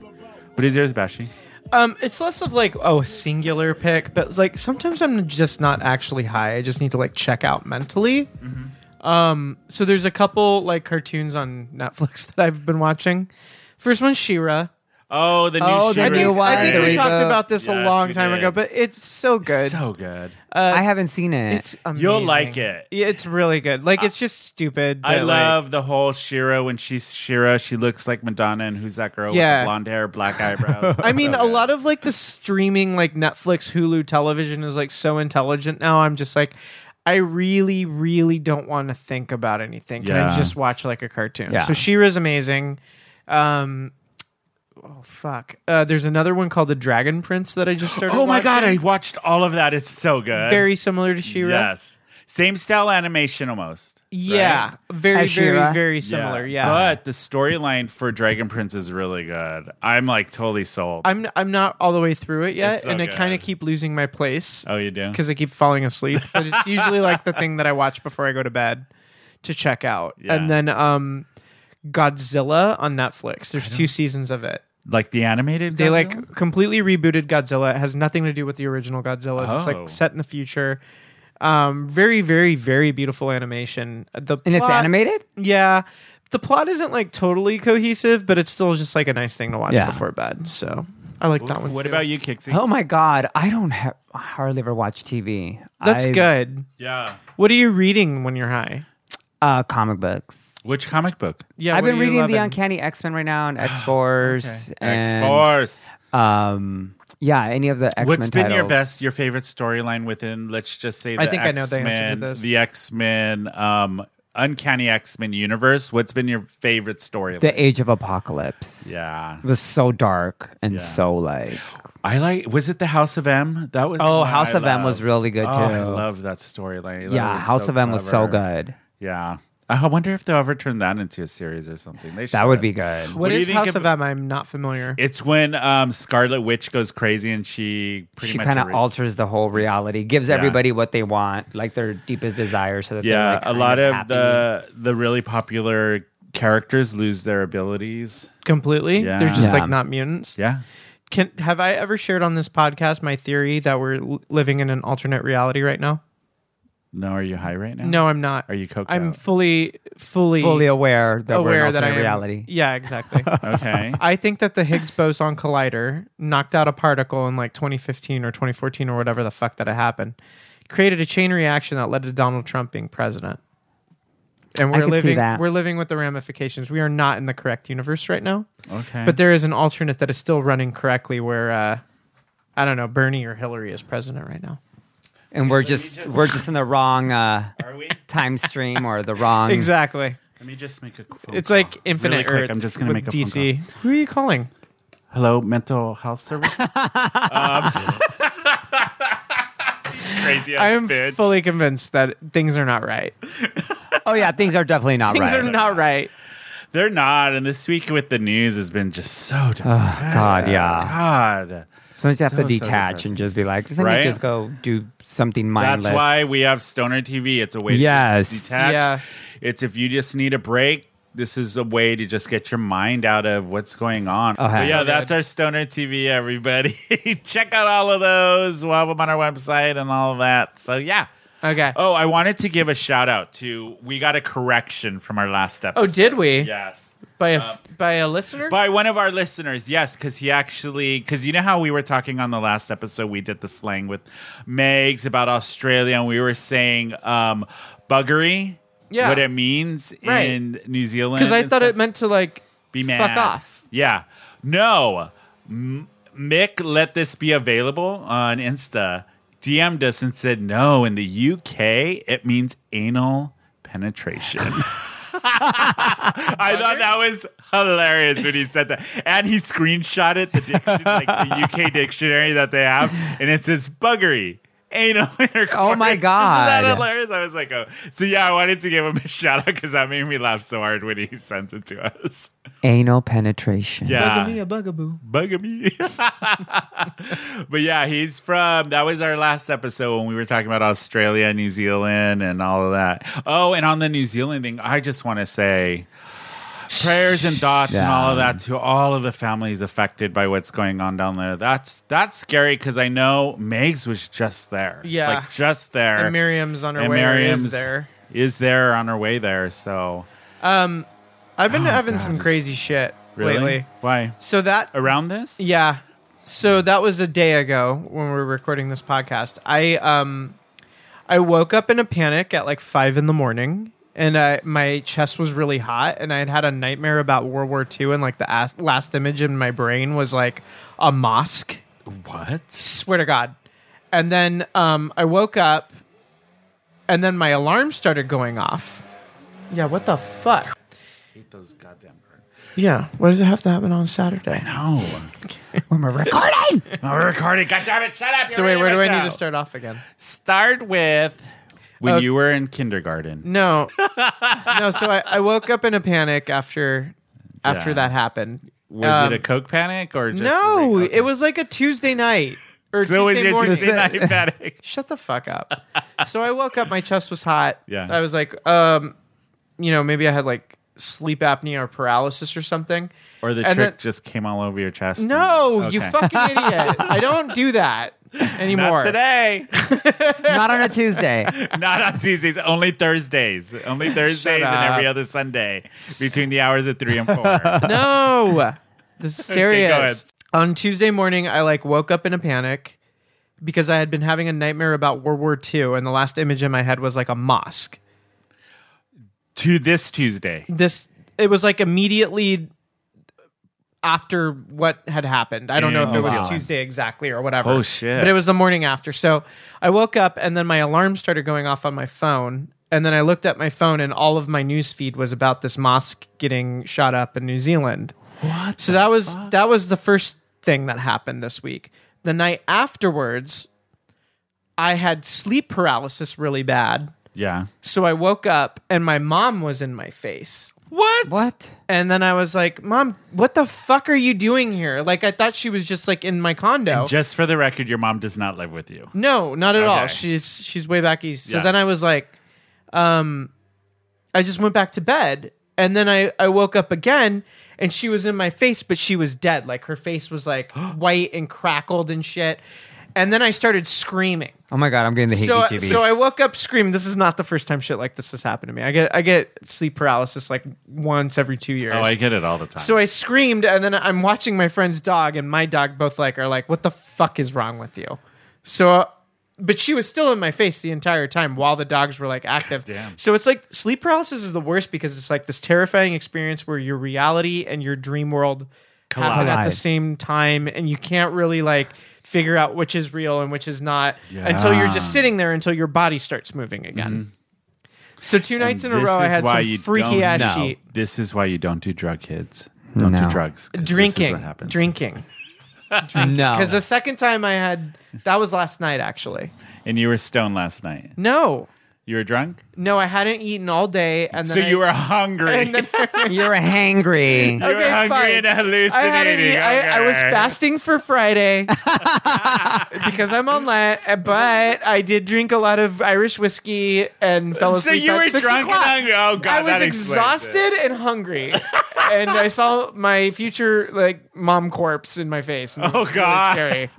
What is yours, Bashi? Um, it's less of like oh a singular pick, but it's like sometimes I'm just not actually high. I just need to like check out mentally. Mm-hmm. Um, so there's a couple like cartoons on Netflix that I've been watching. First one's Shira. Oh, the new Oh, the I She-Ra new think, one, I think the we series. talked reboot. about this Yes, a long we time did. ago, but it's so good. So good. I haven't seen it. it's amazing. You'll like it. Yeah, it's really good. Like it's just stupid. I but, like, love the whole Shira when she's Shira, she looks like Madonna, and who's that girl with Yeah. the blonde hair, black eyebrows? I mean, a lot of like the streaming, like Netflix, Hulu, television is like so intelligent now. I'm just like, I really, really don't want to think about anything. Can Yeah. I just watch like a cartoon? Yeah. So Shira's amazing. Um, oh fuck. Uh, there's another one called The Dragon Prince that I just started. Oh my god, I watching. watched all of that. It's so good. very similar to Shira. yes, same style animation almost. Yeah, right? very, As She-Ra? very, very similar. Yeah. But the storyline for Dragon Prince is really good. I'm like totally sold. I'm I'm not all the way through it yet, It's so and I good. kind of keep losing my place. oh, you do? because I keep falling asleep. But it's usually like the thing that I watch before I go to bed to check out. Yeah. And then um Godzilla on Netflix. There's two seasons of it. Like the animated? They Godzilla? like completely rebooted Godzilla. It has nothing to do with the original Godzilla. It's Oh. like set in the future. Um, very, very, very beautiful animation. The and it's plot- animated? Yeah. The plot isn't like totally cohesive, but it's still just like a nice thing to watch Yeah. before bed. So I like that one. What too. about you, Kixie? Oh, my God. I don't have, I hardly ever watch TV. That's I- good. Yeah. What are you reading when you're high? Uh, comic books. Which comic book? Yeah, I've what been are you reading the loving? Uncanny X Men right now and X Force. X and Force. Um, yeah, any of the X Men What's been titles. your best, your favorite storyline within? Let's just say, the I think I know the answer to X-Men- this. The X Men, um, Uncanny X Men universe. What's been your favorite storyline? The Age of Apocalypse. yeah, It was so dark and Yeah. so like. I like. Was it the House of M? That was Oh, one House I of M was loved. really good, Oh, I too. love that storyline. That yeah, was House so of M was so clever. good. Yeah, I wonder if they'll ever turn that into a series or something. They That would should. be good. What what do you is think House of- of M? I'm not familiar. It's when um, Scarlet Witch goes crazy and she pretty She much kind of erased- alters the whole reality, gives Yeah. everybody what they want, like their deepest desire. So that they're, Yeah, like, a kind lot of happy. the the really popular characters lose their abilities. Completely, Yeah. they're Yeah. just like not mutants. Yeah. Can have I ever shared on this podcast my theory that we're l- living in an alternate reality right now? No, are you high right now? No, I'm not. Are you coked I'm out? fully, fully, fully aware that we're aware in that I am. alternate reality. Yeah, exactly. Okay. I think that the Higgs boson collider knocked out a particle in like 2015 or 2014 or whatever the fuck that it happened, created a chain reaction that led to Donald Trump being president. And I we're could see living that. we're living with the ramifications. We are not in the correct universe right now. okay. But there is an alternate that is still running correctly where uh, I don't know, Bernie or Hillary is president right now. And we're just, we're just in the wrong uh, are we? time stream or the wrong Exactly. Let me just make a phone It's call. like infinite Hmm. Oh, really quick, Earth I'm just going to with make a phone DC. Who are you calling? call. Hello, mental health service. um, crazy ass I am bitch. fully convinced that things are not right. Oh yeah, things are definitely not Things right. are not right. They're not. And this week with the news has been just so depressing. God, yeah. God. Sometimes you have So, to so detach depressing. and just be like, let Right? me just go do something That's mindless. why we have Stoner TV. It's a way Yes. to just detach. Yeah. It's if you just need a break, this is a way to just get your mind out of what's going on. Okay. But yeah, So that's our Stoner TV, everybody. Check out all of those. We'll have them on our website and all that. So yeah. Okay. Oh, I wanted to give a shout out to we got a correction from our last episode. Oh, did we? Yes. By a by a listener. Uh, By one of our listeners, yes, because he actually, because you know how we were talking on the last episode, we did the slang with Megs about Australia, and we were saying um, buggery, Yeah. what it means Right. in New Zealand. Because I and thought stuff. it meant to like be mad. fuck off. Yeah, no. M- Mick let this be available on Insta. DM'd us and said, no, in the UK, it means anal penetration. I thought that was hilarious when he said that. And he screenshotted the dictionary, like the UK dictionary that they have, and it says buggery. Anal intercourse. Oh my Isn't that God. hilarious? I was like, oh. So yeah, I wanted to give him a shout out because that made me laugh so hard when he sent it to us. Anal penetration. Yeah. Bugaboo, a bugaboo. Bugger me. but yeah, he's from that was our last episode when we were talking about Australia, New Zealand, and all of that. Oh, and on the New Zealand thing, I just want to say prayers and thoughts and all of that to all of the families affected by what's going on down there. That's that's scary because I know Megs was just there. Yeah. Like just there. And Miriam's on her And way. or is Miriam's there? Is there on her way there. So I've been having Oh, God, some it's- crazy shit really? lately. Why? So that Around this? Yeah. So that was a day ago when we were recording this podcast. I um I woke up in a panic at like five in the morning and I, my chest was really hot and I had had a nightmare about World War II and like the as- last image in my brain was like a mosque. What? Swear to God. And then um I woke up and then my alarm started going off. Yeah, what the fuck? Those goddamn Yeah, why does it have to happen on Saturday? No. When we're recording. Oh. We're recording. God damn it! Shut up. So wait, where do I need to start off again? Start with when Uh, you were in kindergarten. No, no. So I, I woke up in a panic after after Yeah. that happened. Was Um, it a coke panic or just no? okay. It was like a Tuesday night or So was Tuesday your morning. Tuesday night panic? Shut the fuck up. so I woke up. My chest was hot. Yeah. I was like, um, you know, maybe I had like sleep apnea or paralysis or something. Or the And trick then- just came all over your chest? and- No, you Okay. fucking idiot! I don't do that Not anymore. today. not on a Tuesday. Not on Tuesdays. Only Thursdays. Only Thursdays and every other Sunday between the hours of three and four. No. This is Okay, serious. go ahead. On Tuesday morning, I like woke up in a panic because I had been having a nightmare about World War II, and the last image in my head was like a mosque. to this Tuesday. This it was like immediately after what had happened. I don't know if it Oh, was wow. Tuesday exactly or whatever. Oh, shit. But it was the morning after. So I woke up and then my alarm started going off on my phone. And then I looked at my phone and all of my news feed was about this mosque getting shot up in New Zealand. So that was that was the first thing that happened this week. The night afterwards, I had sleep paralysis really bad. Yeah. So I woke up and my mom was in my face. What? What? And then I was like, "Mom, what the fuck are you doing here?" Like I thought she was just like in my condo. Just for the record, your mom does not live with you. Oh. no, not at all. Okay. She's she's way back east. So Yeah. then I was like um I just went back to bed and then I I woke up again and she was in my face but she was dead. Like her face was like white and crackled and shit. And then I started screaming. Oh my god, I'm getting the heat. so, so I woke up screaming. This is not the first time shit like this has happened to me. I get I get sleep paralysis like once every two years. Oh, I get it all the time. so I screamed, and then I'm watching my friend's dog and my dog both like are like, "What the fuck is wrong with you?" So, uh, but she was still in my face the entire time while the dogs were like active. Damn. So it's like sleep paralysis is the worst because it's like this terrifying experience where your reality and your dream world happen at the Collide. same time, and you can't really like figure out which is real and which is not until you're just sitting there until your body starts moving again. So two nights in a Mm-hmm. This row, I is had why some you freaky don't- ass no. shit. This is why you don't do drug kids. Don't do No. drugs. 'cause this is Drinking, what happens. drinking. no. Because the second time I had that was last night actually. And you were stoned last night. No, You were drunk, no, I hadn't eaten all day, and then so I- you were hungry. And then You're hangry. you were Okay, hungry fine. and I, hadn't hallucinating. eat- I, I was Okay. fasting for Friday because I'm on Lent, but I did drink a lot of Irish whiskey and fell So asleep. you at were six drunk o'clock. and hungry. Oh god, I was that explains it. exhausted and hungry, and I saw my future like mom corpse in my face. And it Oh, was really God. scary.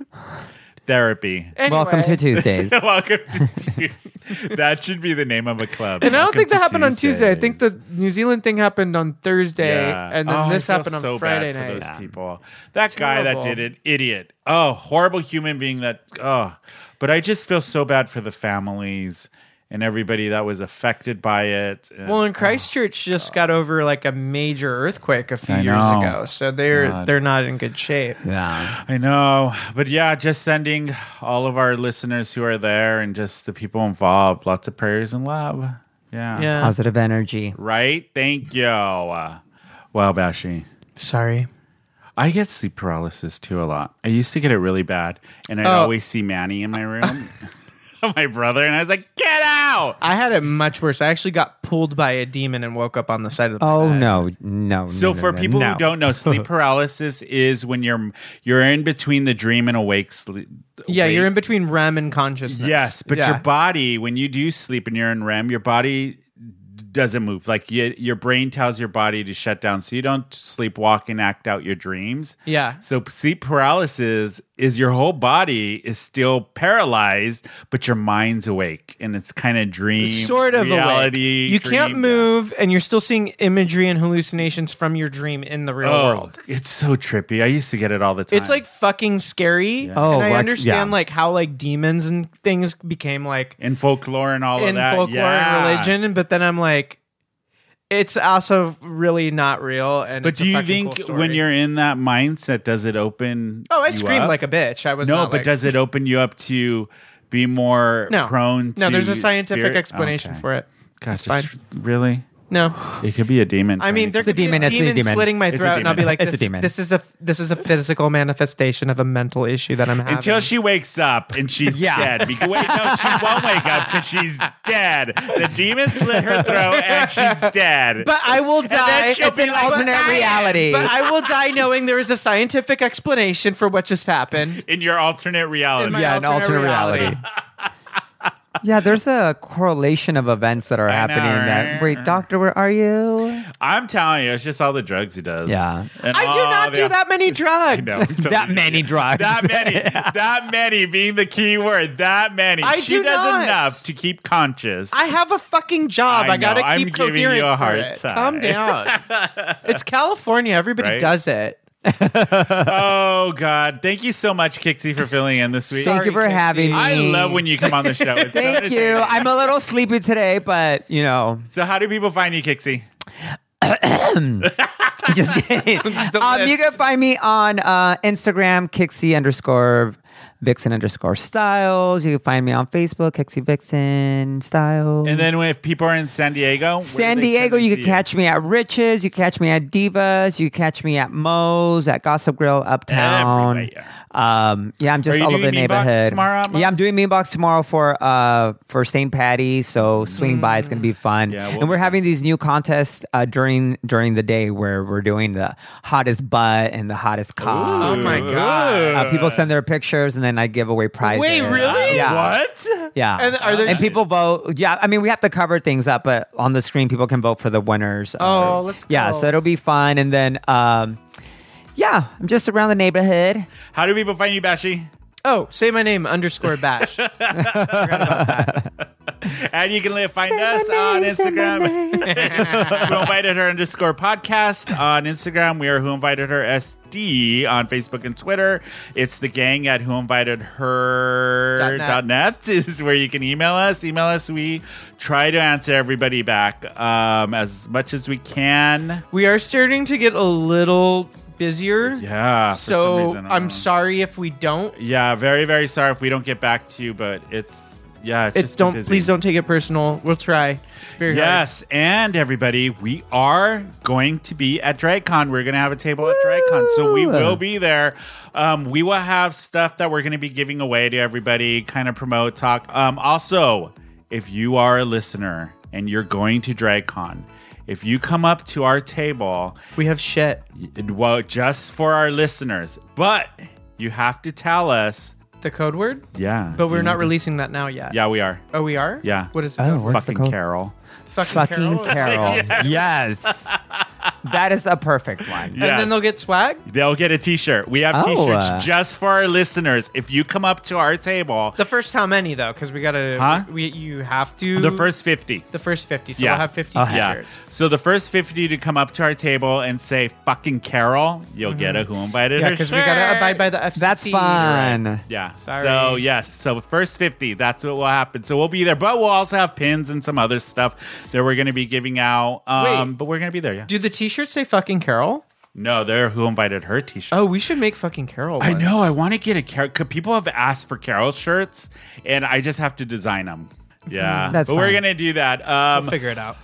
Therapy. Anyway, Welcome to Tuesdays. Welcome to Tuesday. that should be the name of a club. And I don't think that happened on Tuesday. I think the New Zealand thing happened on Thursday, and then this happened on Oh, so bad Friday For night. those people, that guy that Terrible. did it, idiot. Oh, horrible human being. That oh, but I just feel so bad for the families and everybody that was affected by it. And- Well, and Christchurch just got over like a major earthquake a few I years know. ago, so they're they're not in good shape. Yeah. I know, but yeah, just sending all of our listeners who are there and just the people involved lots of prayers and love. Yeah. Yeah, Positive energy. Right? Thank you. Wow, Bashi. sorry. I get sleep paralysis too a lot. I used to get it really bad, and I'd Oh. always see Manny in my room, my brother, and I was like, "Get out!" I had it much worse. I actually got pulled by a demon and woke up on the side of the Oh bed. no, no. So no, for no, people no. who don't know, sleep paralysis is when you're you're in between the dream and awake sleep. Yeah, awake- you're in between REM and consciousness. Yes, but Yeah. your body, when you do sleep and you're in REM, your body d- doesn't move. Like you, your brain tells your body to shut down, so you don't sleepwalk and act out your dreams. Yeah. So sleep paralysis is your whole body is still paralyzed, but your mind's awake, and it's kind of dream, sort of reality. awake. You can't dream- move, and you're still seeing imagery and hallucinations from your dream in the real Oh, world. it's so trippy. I used to get it all the time. It's like fucking scary. Oh, and I like- understand yeah. like how like demons and things became like in folklore and all in of that. folklore yeah. and religion, but then I'm like, it's also really not real. And But it's a do you fucking think cool story. when you're in that mindset, does it open? oh, I you screamed up? like a bitch. I was no, not, but like- does it open you up to be more no prone? to no? There's a scientific spirit- explanation Okay. for it. God, It's just- fine. Really, No, it could be a demon. I mean, there trying could to- be demon, a it's a demon demon. slitting my It's a throat, and I'll be demon. like, It's a this, demon. this is a this is a physical manifestation of a mental issue that I'm having. until she wakes up and she's Yeah. dead. Because, wait, no, she won't wake up because she's dead. The demon slit her throat and she's dead. but I will die. she'll It's be an like, alternate "But I am." reality. But I will die knowing there is a scientific explanation for what just happened. in your alternate reality, In my yeah, an alternate reality. yeah, there's a correlation of events that are I know, happening. right? That wait, doctor, where are you? I'm telling you, it's just all the drugs he does. Yeah. And I do all not the- do that many drugs. Oh, I know. Totally that do. many drugs. That many. That many being the key word. That many. I she do does not. enough to keep conscious. I have a fucking job. I I, gotta know. I'm keep giving you coherent a for hard it. time. Calm down. it's California. Everybody Right? does it. oh God! Thank you so much, Kixie, for filling in this week. Thank you for Sorry, having me. I love when you come on the show. It's so Thank you. entertaining. I'm a little sleepy today, but you know, So, how do people find you, Kixie? just kidding. um, you list. can find me on uh, Instagram, Kixie underscore Vixen underscore Styles. You can find me on Facebook, Kixie Vixen Styles. And then, when- if people are in San Diego, where San do they Diego, come to you can see catch me at Riches, you can catch me at Divas, you can catch me at Moe's, at Gossip Grill Uptown. Everywhere. Um, yeah, I'm just Are you all over the doing Mean Box neighborhood. tomorrow at yeah, I'm Moe's? doing Mean Box tomorrow for uh for St. Patty's, so swing by, it's gonna be fun. Yeah, we'll and we're be having these new contests uh, during during the day where we're doing the hottest butt and the hottest Oh cock. my Ooh. god. Uh, people send their pictures and then I give away prizes. Wait, really? Yeah. What? Yeah. And are there- and people vote. Yeah. I mean, we have to cover things up, but on the screen, people can vote for the winners. Oh, Uh, let's Yeah. go. So it'll be fun. And then, um, yeah, I'm just around the neighborhood. How do people find you, Bashi? Oh, say my name underscore bash. And you can live, find us on Instagram. Who Invited Her underscore podcast on Instagram. We are Who Invited Her SD on Facebook and Twitter. It's the gang at Who Invited Her Dot net. dot net is where you can email us. Email us. We try to answer everybody back um, as much as we can. we are starting to get a little busier. Yeah. for some So reason, I don't I'm know. sorry if we don't. Yeah, very, very sorry if we don't get back to you, but it's Yeah, it's it's just been don't busy. please don't take it personal. We'll try. Very hard. Yes, and everybody, we are going to be at DragCon. We're going to have a table at DragCon, so we will be there. Um, we will have stuff that we're going to be giving away to everybody, kind of promote, talk. Um, also, if you are a listener and you're going to DragCon, if you come up to our table, We have shit. well, just for our listeners, but you have to tell us. The code word? Yeah, But we're not releasing that now yet. Mm-hmm. Yeah, we are. Oh, we are? Yeah. What is it? Oh, called? what's the Fucking code? Carol. Fucking, Fucking Carol. Carol. Yes. that is a perfect one. And then they'll get swag? They'll get a T-shirt. We have Oh, T-shirts uh, just for our listeners. If you come up to our table, The first how many though? Because we gotta. Huh? We you have to. the, first fifty. The first fifty. So Yeah. we'll have fifty Uh, yeah. t-shirts. So the first fifty to come up to our table and say "fucking Carol," you'll get a who invited Mm-hmm. Yeah, her. because we gotta shirt. abide by the FCC. That's fun. Yeah. Sorry. So yes. So first fifty. That's what will happen. So we'll be there, but we'll also have pins and some other stuff that we're going to be giving out. Um, Wait. but we're going to be there. Yeah. Do the t-shirts say fucking Carol? no, they're who invited her T-shirt. Oh, we should make fucking Carol. I ones. know. I want to get a Carol. People have asked for Carol shirts, and I just have to design them. Yeah, That's but we're fine. gonna do that. Um, Hmm, We'll figure it out.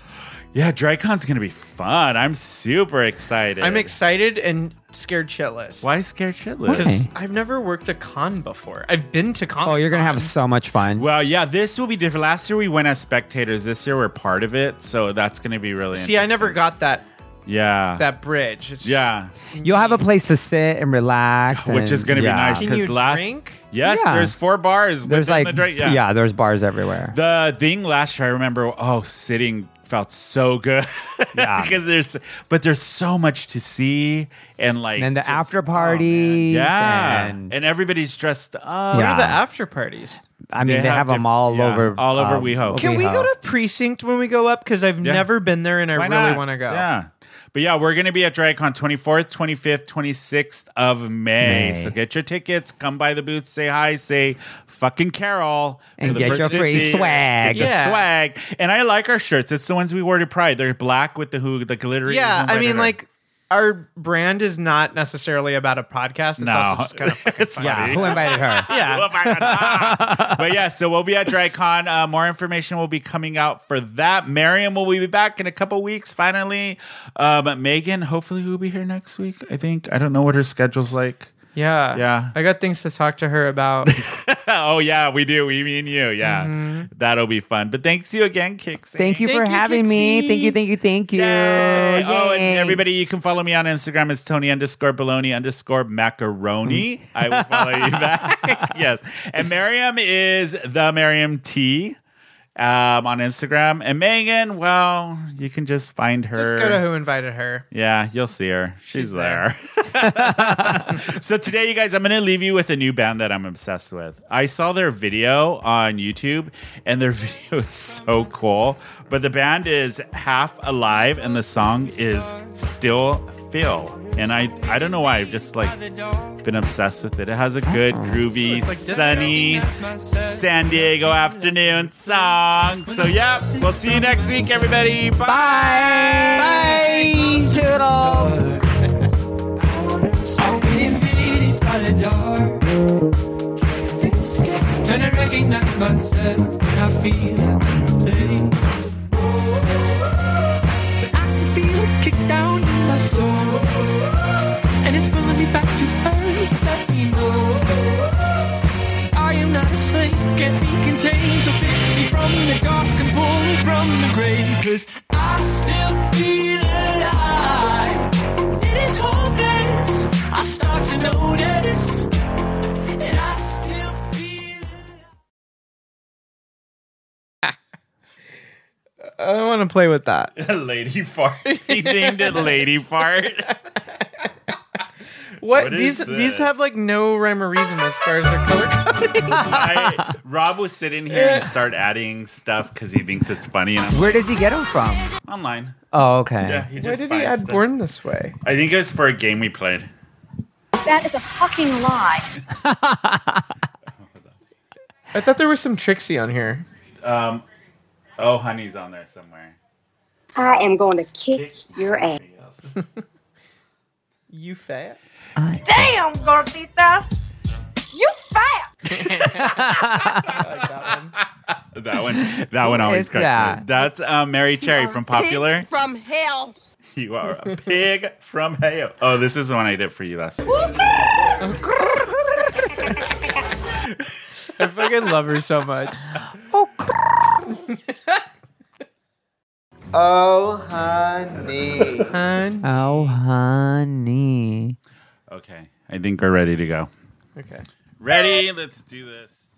yeah, DryCon's gonna be fun. I'm super excited. I'm excited and scared shitless. Why scared shitless? Because Why? I've never worked a con before. I've been to con. Oh, you're going to have so much fun. Well, yeah, this will be different. Last year we went as spectators. This year we're part of it, so that's gonna be really. See, I never interesting. got that Yeah. that bridge. It's just- yeah. You'll have a place to sit and relax. Which is and- going to yeah. be nice Can because you last drink? yes, Yeah. there's four bars. There's within like, the drink. yeah. there's bars everywhere. The thing last year, I remember, oh, sitting felt so good. Yeah. because there's, but there's so much to see and like. and then the just- after oh, parties. yeah. And, And, everybody's dressed up. What Yeah. are the after parties? I mean, they they, have have, them diff- all yeah, over. um, all over WeHo. Can we WeHo. go to precinct when we go up? Because I've Yeah. never been there and I Why really not? want to go. Yeah. But yeah, we're going to be at DragCon 24th, 25th, 26th of May. May. So get your tickets, come by the booth, say hi, say fucking Carol. for And the get first your free 50. swag. Get your Yeah. swag. And I like our shirts. It's the ones we wore to Pride. They're black with the who the glittery. Yeah, who I invited mean, her. like our brand is not necessarily about a podcast. It's No. also just kind of fucking funny. Yeah, who invited her? Oh yeah. my God. Ah. but yeah, so we'll be at DryCon. Uh, more information will be coming out for that. Miriam will be back in a couple weeks, finally. Um, Megan, hopefully, will be here next week, I think. I don't know what her schedule's like. yeah, Yeah. I got things to talk to her about. oh, yeah, we do. We mean you. Yeah. That'll be fun. But thanks you again, Kicks. Thank you Thank for you, having me. Kixie. Thank you, thank you, thank you. Yay. Oh, Yay. and everybody, you can follow me on Instagram. It's Tony underscore baloney underscore macaroni. I will follow you back. yes. And Miriam is the Miriam T um, on Instagram. And Megan, well, you can just find her. Just go to who invited her. Yeah, you'll see her. She's, She's there. there. so today, you guys, I'm going to leave you with a new band that I'm obsessed with. I saw their video on YouTube, and their video is so cool. But the band is half alive, and the song is still Phil. And I, I don't know why. I've just like been obsessed with it. It has a good groovy, sunny San Diego afternoon song. So yeah, we'll see you next week, everybody. Bye. Bye. Toodles. I've been beaten by the dark. Trying to recognize myself when I feel out of place. But I can feel it kick down in my soul. And it's pulling me back to earth. Let me know. I am not a slave, can't be contained. So pick me from the dark and pull me from the grave. Cause I still feel alive. It is hopeless. I start to notice. And I still feel alive. I don't want to play with that. Lady fart. He named it Lady fart. What, What these is these this? have like no rhyme or reason as far as their color coding. I, Rob was sitting here and start adding stuff because he thinks it's funny. And I'm Where does he get them from? online. Oh, okay. Yeah, he just Why did he finds add stuff. born this way? I think it was for a game we played. That is a fucking lie. I thought there was some Trixie on here. Um, oh, honey's on there somewhere. I am going to kick your ass. You fat? Damn, gordita. You fat. I like that one. that one, that one always It's- cracks yeah. me. That's uh, Mary Cherry from Popular. Pig from hell. You are a pig from hell. Oh, this is the one I did for you last week. I fucking love her so much. Oh, honey. Hun. Oh, honey. Okay. I think we're ready to go. Okay. Ready? Let's do this.